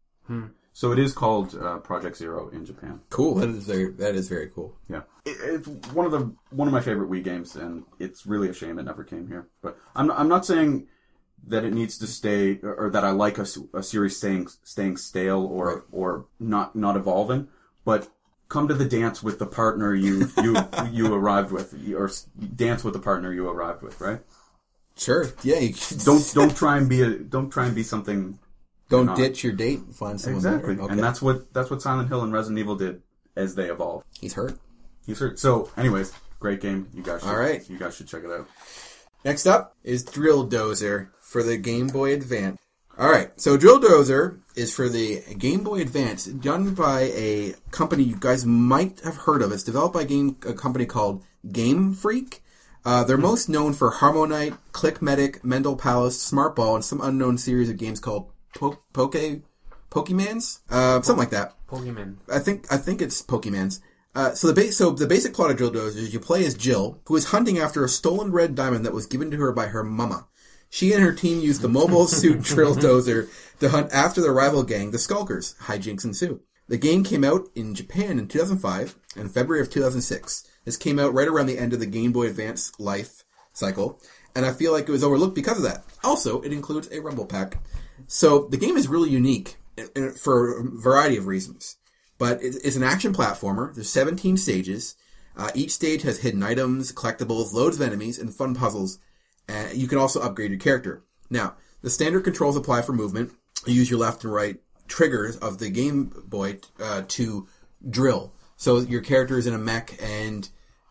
D: So it is called uh, Project Zero in Japan.
A: Cool. That is very that is very cool.
D: Yeah, it, it's one of the one of my favorite Wii games, and it's really a shame it never came here. But I'm I'm not saying that it needs to stay or, or that I like a, s- a series staying staying stale or
A: Right.
D: or not not evolving, but come to the dance with the partner you
A: <laughs>
D: you you arrived with or s- dance with the partner you arrived with, right?
A: Sure. Yeah. You can,
D: Don't don't try and be a don't try and be something
A: don't
D: not.
A: ditch your date. And find someone better. Okay.
D: and that's what that's what Silent Hill and Resident Evil did as they evolved.
A: He's hurt.
D: You sure? So, anyways, great game. You guys, should,
A: All right.
D: you guys should check it out.
A: Next up is Drill Dozer for the Game Boy Advance. All right, so Drill Dozer is for the Game Boy Advance, done by a company you guys might have heard of. It's developed by a game a company called Game Freak. Uh, they're most known for Harmonite, Clickmedic, Mendel Palace, Smartball, and some unknown series of games called po- Poke Pokemans, uh, something like that.
C: Pokemon.
A: I think I think it's Pokemon's. Uh, so the base, so the basic plot of Drill Dozer is you play as Jill, who is hunting after a stolen red diamond that was given to her by her mama. She and her team use the mobile <laughs> suit drill dozer to hunt after the rival gang, the Skulkers. Hijinks ensue. The game came out in Japan in 2005 and February of 2006. This came out right around the end of the Game Boy Advance life cycle, and I feel like it was overlooked because of that. Also, it includes a Rumble Pack. So the game is really unique uh, for a variety of reasons. But it- it's an action platformer. There's 17 stages. Uh, each stage has hidden items, collectibles, loads of enemies, and fun puzzles. Uh, you can also upgrade your character. Now, the standard controls apply for movement. You use your left and right triggers of the Game Boy uh, to drill. So your character is in a mech and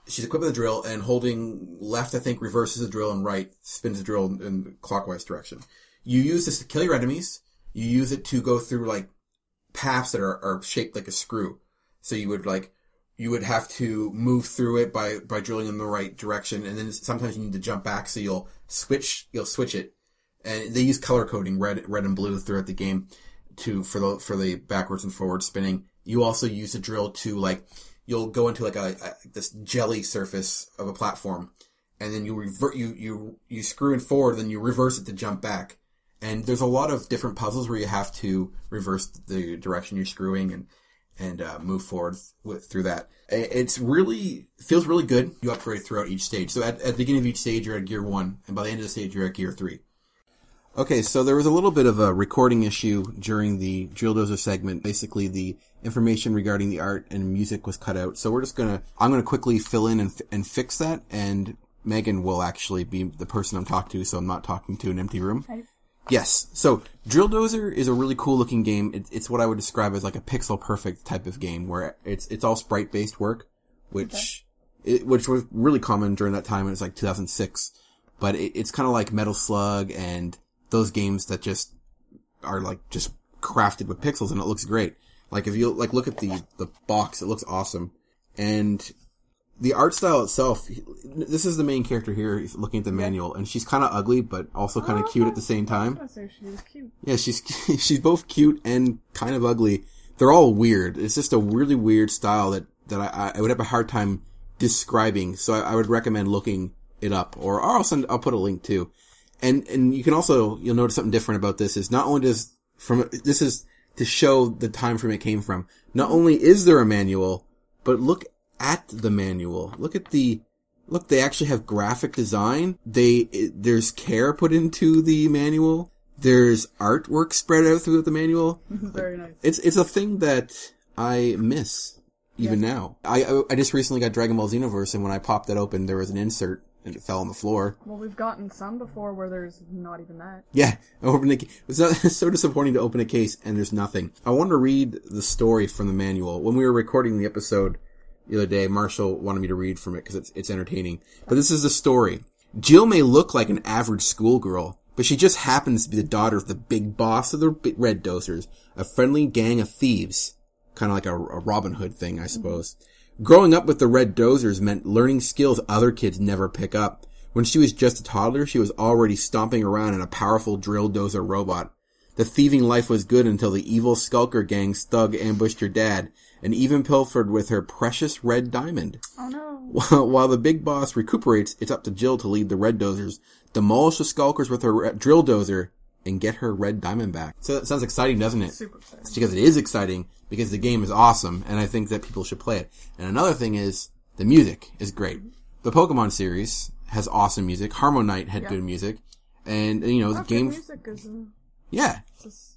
A: she's equipped with a drill and holding left, I think, reverses the drill and right spins the drill in, in clockwise direction. You use this to kill your enemies. You use it to go through like paths that are, are shaped like a screw. So you would like, you would have to move through it by, by drilling in the right direction. And then sometimes you need to jump back. So you'll switch, you'll switch it. And they use color coding, red, red and blue throughout the game to, for the, for the backwards and forward spinning. You also use the drill to like, you'll go into like a, a this jelly surface of a platform and then you revert, you, you, you screw it forward, then you reverse it to jump back and there's a lot of different puzzles where you have to reverse the direction you're screwing and and uh, move forward with, through that. I- It's really feels really good. You upgrade throughout each stage. So at, at the beginning of each stage, you're at gear one, and by the end of the stage, you're at gear three. Okay, so there was a little bit of a recording issue during the drill dozer segment. Basically, the information regarding the art and music was cut out. So we're just gonna, I'm gonna quickly fill in and, f- and fix that. And Megan will actually be the person I'm talking to, so I'm not talking to an empty room. Yes. So Drill Dozer is a really cool looking game. It, it's what I would describe as like a pixel perfect type of game where it's it's all sprite based work, which it, which was really common during that time. It was like 2006, but it, it's kind of like Metal Slug and those games that just are like just crafted with pixels and it looks great. Like if you like look at the the box, it looks awesome. And the art style itself, this is the main character here he's looking at the manual, and she's kind of ugly, but also kind of
E: Oh,
A: cute
E: okay.
A: at the same time.
E: So she was cute.
A: Yeah, she's <laughs> she's both cute and kind of ugly. They're all weird. It's just a really weird style that that I, I would have a hard time describing. So I, I would recommend looking it up, or, or I'll send I'll put a link too. And and you can also you'll notice something different about this is not only does from this is to show the time frame it came from. Not only is there a manual, but look at the manual. Look at the look. They actually have graphic design. They it, there's care put into the manual. There's artwork spread out throughout the manual.
E: Very nice.
A: It's it's a thing that I miss even now. I I- I just recently got Dragon Ball Xenoverse, and when I popped that open, there was an insert and it fell on the floor.
E: Well, we've gotten some before where there's not even that.
A: Yeah, <laughs> I opened the. ca- It was not, it's so <laughs> disappointing to open a case and there's nothing. I wanted to read the story from the manual when we were recording the episode the other day. Marshall wanted me to read from it because it's it's entertaining. But this is the story. Jill may look like an average schoolgirl, but she just happens to be the daughter of the big boss of the B- Red Dosers, a friendly gang of thieves kind of like a, a Robin Hood thing, I suppose. Growing up with the Red Dozers meant learning skills other kids never pick up. When she was just a toddler, she was already stomping around in a powerful drill dozer robot. The thieving life was good until the evil skulker gang thug ambushed her dad and even pilfered with her precious red diamond.
E: Oh no.
A: While <laughs> while the big boss recuperates, it's up to Jill to lead the Red Dozers, demolish the Skulkers with her re- drill dozer, and get her red diamond back. So that sounds exciting, doesn't it?
E: Super exciting.
A: It's because it is exciting, because the game is awesome, and I think that people should play it. And another thing is, the music is great. The Pokemon series has awesome music. Harmonite had good music. And, you know, the
E: That's
A: game,
E: good music is uh,
A: yeah,
E: just,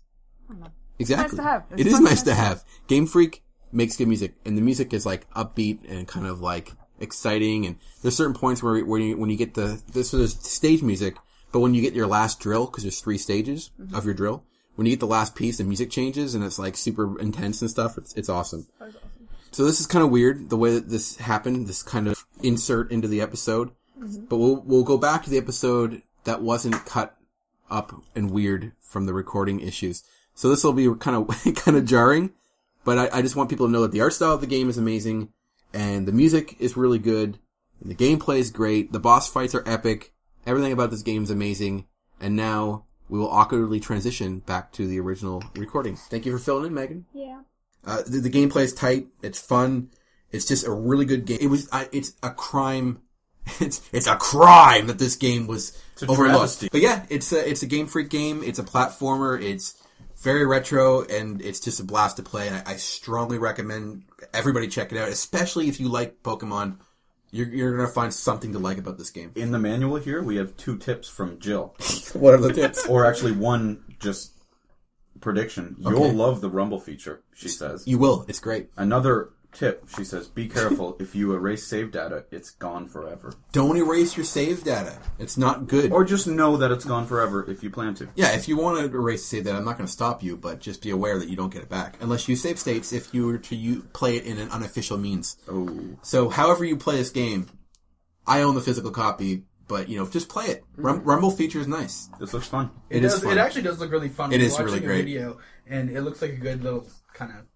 E: I don't know.
A: Exactly.
E: to have.
A: It
E: It's
A: is
E: not
A: nice
E: nice
A: to
E: to
A: have. Game Freak makes good music, and the music is like upbeat and kind of like exciting. And there's certain points where where you, when you get the this so there's stage music, but when you get your last drill, because there's three stages of your drill, when you get the last piece, the music changes and it's like super intense and stuff. It's it's awesome. So this is kind of weird the way that this happened. This kind of insert into the episode, but we'll we'll go back to the episode that wasn't cut up and weird from the recording issues. So this will be kind <laughs> of kind of jarring, but I, I just want people to know that the art style of the game is amazing, and the music is really good, and the gameplay is great. The boss fights are epic. Everything about this game is amazing. And now we will awkwardly transition back to the original recording. Thank you for filling in, Megan.
E: Yeah.
A: Uh, the, the gameplay is tight. It's fun. It's just a really good game. It was. I, it's a crime <laughs> it's it's a crime that this game was
D: a
A: overlooked.
D: travesty.
A: But yeah, it's a it's a Game Freak game. It's a platformer. It's very retro, and it's just a blast to play. And I, I strongly recommend everybody check it out, especially if you like Pokemon. You're, you're gonna find something to like about this game.
D: In the manual here, we have two tips from Jill,
A: What are the tips?
D: or actually one just prediction. You'll love the rumble feature, she says.
A: you will. It's great.
D: Another tip, she says, be careful. if you erase save data, it's gone forever.
A: Don't erase your save data. It's not good.
D: Or just know that it's gone forever if you plan to.
A: Yeah, if you want to erase save that, I'm not going to stop you, but just be aware that you don't get it back unless you save states if you were to u- play it in an unofficial means.
D: Oh,
A: So, however you play this game, I own the physical copy, but you know, just play it.
C: Hmm.
A: Rum- Rumble feature is nice.
D: this looks fun.
B: It,
A: It is
B: does,
A: fun.
B: It actually does look really fun.
A: It
B: We're
A: is really
B: watching a
A: great.
B: Video, and it looks like a good little kind of.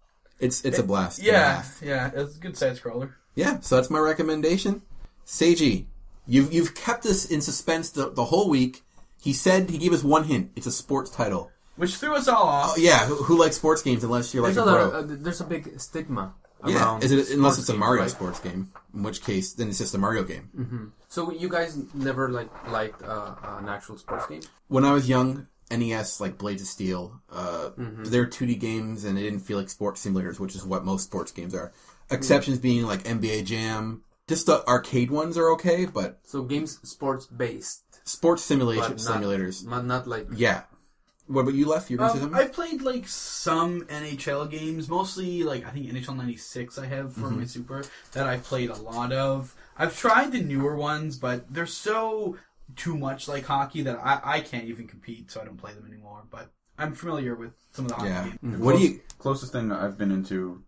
A: It's it's a blast. and a
B: Yeah,
A: half.
B: yeah. It's a good side scroller.
A: yeah. So that's my recommendation. Seiji, you've you've kept this in suspense the, the whole week. He said he gave us one hint. It's a sports title.
B: Which threw us all off.
A: Oh, yeah, who, who likes sports games unless you're like
C: There's
A: a
C: a, lot
A: pro?
C: of, uh, there's a big stigma
A: Yeah,
C: around.
A: is it, unless it's a
C: sports
A: Mario
C: games, right?
A: sports game, in which case then it's just a Mario game.
C: So you guys never like liked uh, an actual sports game?
A: When I was young, NES like Blades of Steel, uh, they were 2D games and they didn't feel like sports simulators, which is what most sports games are. Exceptions being like NBA Jam, just the arcade ones are okay, but
C: So games sports based,
A: sports
C: but
A: simulation
C: not,
A: simulators,
C: not, not like
A: yeah. What about you, Left? You were
B: Um, I've played like some NHL games, mostly like I think NHL '96. I have for my Super that I played a lot of. I've tried the newer ones, but they're so too much like hockey that I, I can't even compete, so I don't play them anymore. But I'm familiar with some of the hockey
A: yeah.
B: games.
A: What do
D: Close-
A: you?
D: Closest thing I've been into,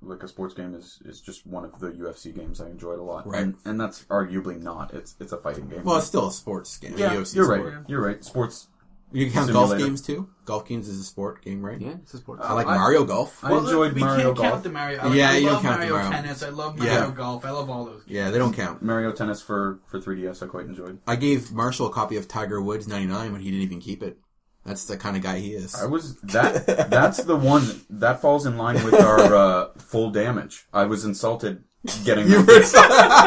D: like a sports game, is is just one of the UFC games I enjoyed a lot.
A: Right.
D: and, and that's arguably not. It's it's a fighting game.
A: Well, it's still a sports game. a
D: yeah,
A: UFC
D: you're
A: sport.
D: right. You're right. Sports.
A: You count golf
D: Simulator.
A: games too. Golf games is a sport game, right?
C: yeah, it's a sports.
A: I like
D: I-
A: Mario golf.
D: I enjoyed
B: we
D: Mario
B: can't
D: Golf.
B: count the Mario. I,
A: Yeah,
B: I
A: you don't
B: love
A: count the
B: Mario,
A: Mario.
B: Tennis. I love Mario
A: Yeah.
B: Golf. I love all those. Games.
A: yeah, they don't count.
D: Mario Tennis for for 3DS. I quite enjoyed.
A: I gave Marshall a copy of Tiger Woods 99, but he didn't even keep it. That's the kind of guy he is.
D: I was that. that's the one that falls in line with our uh, full damage. I was insulted getting
A: You
D: that
A: were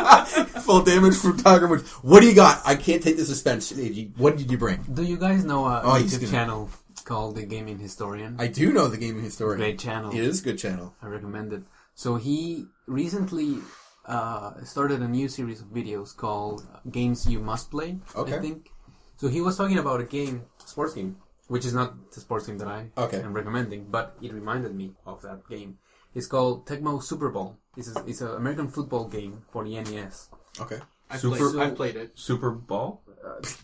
A: full damage from Tiger Woods. What do you got? I can't take the suspense. What did you bring?
C: Do you guys know a
A: Oh, he's
C: YouTube
A: gonna-
C: channel called The Gaming Historian?
A: I do know the gaming historian.
C: Great channel.
A: It is a good channel.
C: I recommend it. So he recently uh, started a new series of videos called Games You Must Play.
A: Okay.
C: I think. So he was talking about a game, sports game, which is not the sports game that I
A: Okay.
C: am recommending, but it reminded me of that game. It's called Tecmo Super Bowl. It's a, it's an American football game for the E NES.
A: Okay.
B: I
D: Super-
B: played. I played it.
D: Super Bowl,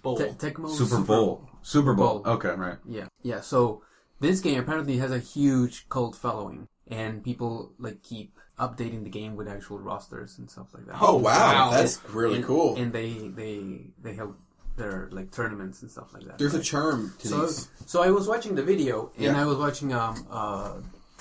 B: Bowl.
C: Te- Tecmo
D: Super Bowl, Super Bowl.
C: Bowl.
D: Okay, right.
C: Yeah, yeah. So this game apparently has a huge cult following, and people like keep updating the game with actual rosters and stuff like that.
A: Oh, wow.
B: Wow.
A: That's really
C: and,
A: cool.
C: And they they they held their like tournaments and stuff like that.
A: There's a charm to
C: so,
A: these.
C: so I was watching the video, and
A: Yeah.
C: I was watching um uh,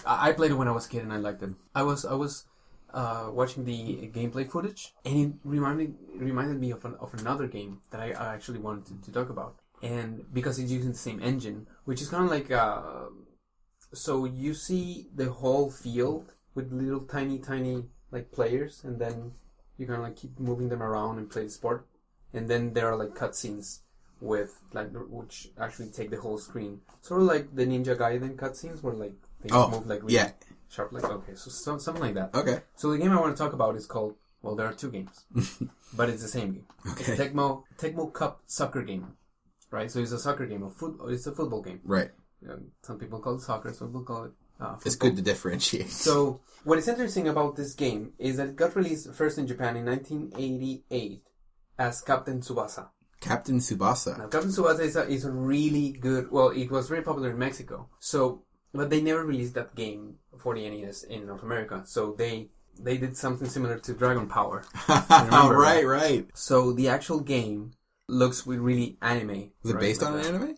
C: I I played it when I was a kid, and I liked it. I was I was. Uh, watching the gameplay footage, and it reminded reminded me of an, of another game that I, I actually wanted to, to talk about, and because it's using the same engine, which is kind of like uh, so you see the whole field with little tiny tiny like players and then you kind of like keep moving them around and play the sport and then there are like cutscenes with like the- which actually take the whole screen sort of like the ninja gaiden cutscenes where like things
A: Oh,
C: move like really
A: yeah.
C: sharp like okay so, so something like that
A: Okay.
C: so the game i want to talk about is called well there are two games
A: <laughs>
C: but it's the same game
A: Okay.
C: it's tecmo tecmo cup soccer game right so it's a soccer game a foot, it's a football game
A: Right.
C: um, some people call it soccer, some people call it. Uh,
A: It's
C: football.
A: good to differentiate. <laughs>
C: So, what is interesting about this game is that it got released first in Japan in 1988 as Captain Tsubasa.
A: Captain Subasa. <laughs>
C: Now, Captain Tsubasa is a, is a really good. Well, it was very popular in Mexico. So, but they never released that game for the NES in North America. So they they did something similar to Dragon Power.
A: All
C: remember
A: right,
C: that.
A: right.
C: So the actual game looks really anime.
A: Is it
C: right?
A: based
C: Like
A: on
C: that.
A: an anime?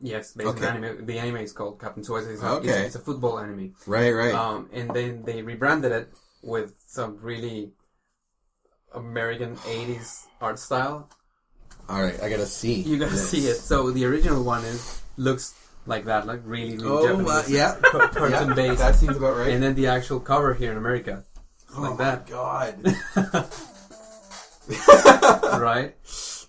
C: Yes, based
A: Okay.
C: on anime. The anime is called Captain Tsubasa. It's a, it's-
A: Okay.
C: it's a football anime.
A: Right, right.
C: Um, and then they rebranded it with some really American 80s art style.
A: All right, I gotta see.
C: You gotta
A: this.
C: see it. So the original one is looks like that, like really, really
A: Oh,
C: Japanese. <laughs>
A: uh, yeah.
C: Cartoon
A: Yeah,
C: based.
A: That seems about right.
C: And then the actual cover here in America,
A: oh
C: like that.
A: God.
C: <laughs> right?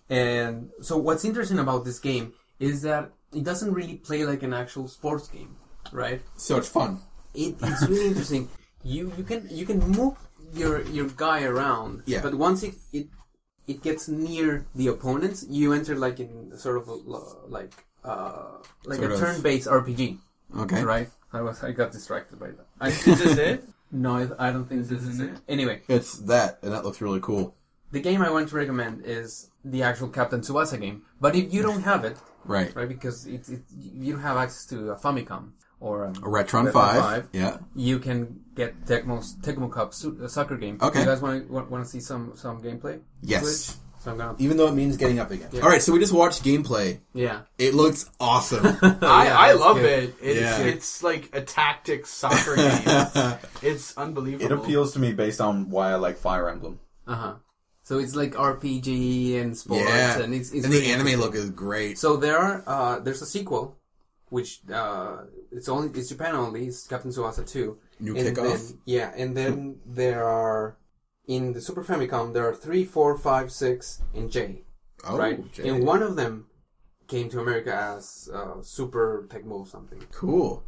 C: And so what's interesting about this game is that it doesn't really play like an actual sports game, right?
A: So it's fun.
C: It, it's
A: <laughs>
C: really interesting. You you can you can move your your guy around,
A: Yeah.
C: but once it, it it gets near the opponents, you enter like in sort of a, lo- like uh like
A: Sort
C: a
A: of.
C: turn-based RPG,
A: Okay.
C: right? I was I got distracted by that. I,
A: <laughs>
B: Is this it?
C: no, I- I don't think this is it. Anyway,
A: It's that, and that looks really cool.
C: the game I want to recommend is the actual Captain Tsubasa game. But if you don't have it,
A: Right.
C: right, because it, it, you don't have access to a Famicom or um,
A: A Retron,
C: Retron
A: 5.
C: 5.
A: Yeah.
C: you can get Tecmo's Tecmo Cup su- uh, soccer game.
A: Okay.
C: You guys want to want to see some some gameplay?
A: Yes.
C: So I'm gonna.
A: Even though it means getting up again. All right, so we just watched gameplay.
C: Yeah.
A: It looks
C: <laughs>
A: awesome.
B: <laughs> I,
C: Oh, Yeah,
B: I
C: that's
B: love
C: good.
B: it. It's
A: Yeah.
B: it's like a tactics
A: <laughs>
B: soccer game. it's unbelievable.
D: It appeals to me based on why I like Fire Emblem.
C: Uh huh. So it's like RPG and sports,
A: yeah.
C: and it's, it's
A: and the
C: really
A: anime
C: interesting.
A: look is great.
C: So there are uh, there's a sequel, which uh, it's only it's Japan only. It's Captain Tsubasa two.
A: New
C: and
A: kickoff.
C: Then, yeah, and then there are in the Super Famicom there are three, four, five, six, and J.
A: Oh,
C: right,
A: Jay.
C: and one of them came to America as uh, Super Tecmo something.
A: Cool.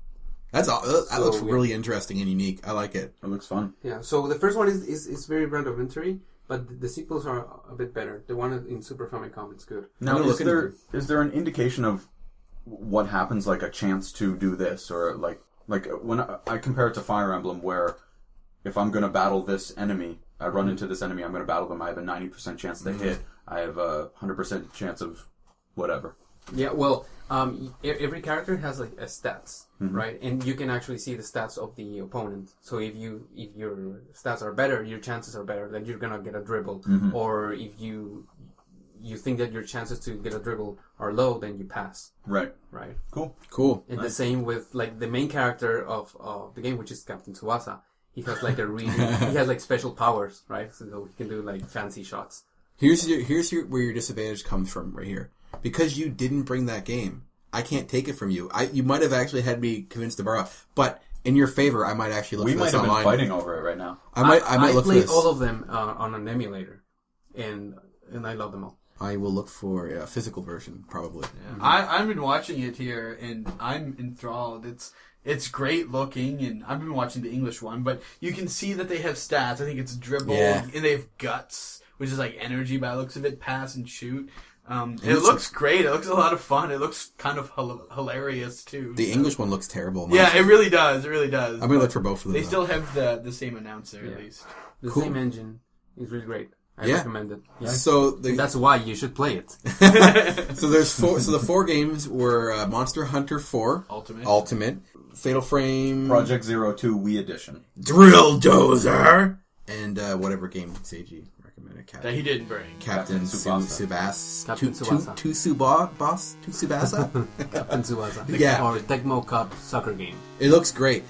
A: That's all. That, that
C: So
A: looks
C: we-
A: really interesting and unique. I like it.
D: It looks fun.
C: Yeah. So the first one is is, is very rudimentary, but the, the sequels are a bit better. The one in Super Famicom is good.
A: I'm
D: Now,
A: gonna
D: is
A: look into
D: there is there an indication of what happens, like a chance to do this, or like like when I, I compare it to Fire Emblem, where if I'm going to battle this enemy, I run
A: Mm-hmm.
D: into this enemy, I'm going to battle them. I have a ninety percent chance to hit. I have a hundred percent chance of whatever.
C: Yeah, well, um, e- every character has like a stats,
A: Mm-hmm.
C: right? And you can actually see the stats of the opponent. So if you if your stats are better, your chances are better that you're gonna get a dribble.
A: Mm-hmm.
C: Or if you you think that your chances to get a dribble are low, then you pass,
D: Right.
C: right?
D: Cool.
A: Cool.
C: And the same with like the main character of of the game, which is Captain Tsubasa. He has
A: <laughs>
C: like a really he has like special powers, right? So he can do like fancy shots.
A: Here's your here's your where your disadvantage comes from right here. Because you didn't bring that game, I can't take it from you. I you might have actually had me convinced to borrow, but in your favor, I might actually look
D: We
A: for
D: might
A: this
D: have
A: online. Mm-hmm.
D: been fighting over it right now.
A: I might I, might look for
C: played
A: this.
C: all of them uh, on an emulator, and and I love them all.
A: I will look for a physical version probably.
B: I, I've been watching it here, and I'm enthralled. It's it's great looking, and I've been watching the English one, but you can see that they have stats. I think it's dribble,
A: Yeah.
B: and they have guts, which is like energy by the looks of it, pass and shoot. Um, it
A: it's-
B: looks great. It looks a lot of fun. It looks kind of hil- hilarious too.
A: The
B: so-
A: English one looks terrible. Mine-
B: yeah, it really does. It really does.
A: I'm gonna look for both of them.
B: they
A: though.
B: still have the the same announcer
C: Yeah.
B: at least.
C: The
A: Cool.
C: same engine is really great. I
A: Yeah.
C: recommend it.
A: so the,
C: That's why you should play it.
A: So there's four. So the four games were uh, Monster Hunter Four
B: Ultimate.
A: Ultimate, Fatal Frame,
D: Project Zero Two Wii Edition.
A: Drill Dozer, and uh, whatever game Seiji recommended.
B: That
A: Captain
B: he didn't bring.
A: Captain Su-
D: Tsubasa.
A: Subas.
C: Captain
A: Tu-
C: Tsubasa.
A: Tu- Tu Suba- Boss Tu
C: <laughs>
A: Subasa.
C: Captain Tsubasa.
A: <laughs> Yeah.
C: Or Tecmo Cup soccer game.
A: it looks great.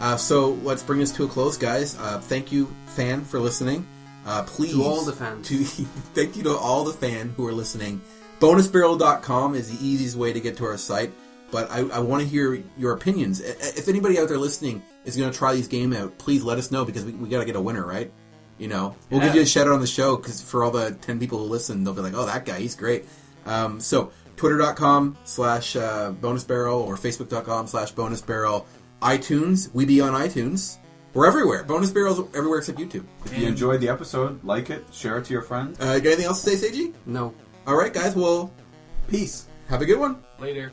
A: Uh, so let's bring this to a close, guys. Uh, thank you, fan, for listening. Uh, please,
C: To all the fans.
A: to- <laughs> thank you to all the fan who are listening. Bonusbarrel.com is the easiest way to get to our site, but I, I want to hear your opinions. I- I- If anybody out there listening is going to try these game out, please let us know because we, we got to get a winner, right? You know, we'll give you a shout out on the show because for all the 10 people who listen, they'll be like, oh, that guy, he's great. Um, so, twitter.com slash uh, bonus barrel or facebook.com slash bonus barrel. iTunes, we be on iTunes. We're everywhere. Bonus barrels everywhere except YouTube.
D: If you enjoyed the episode, like it, share it to your friends.
A: Uh, you got anything else to say, Seiji?
C: No.
A: All right, guys, well,
D: Peace.
A: have a good one.
B: Later.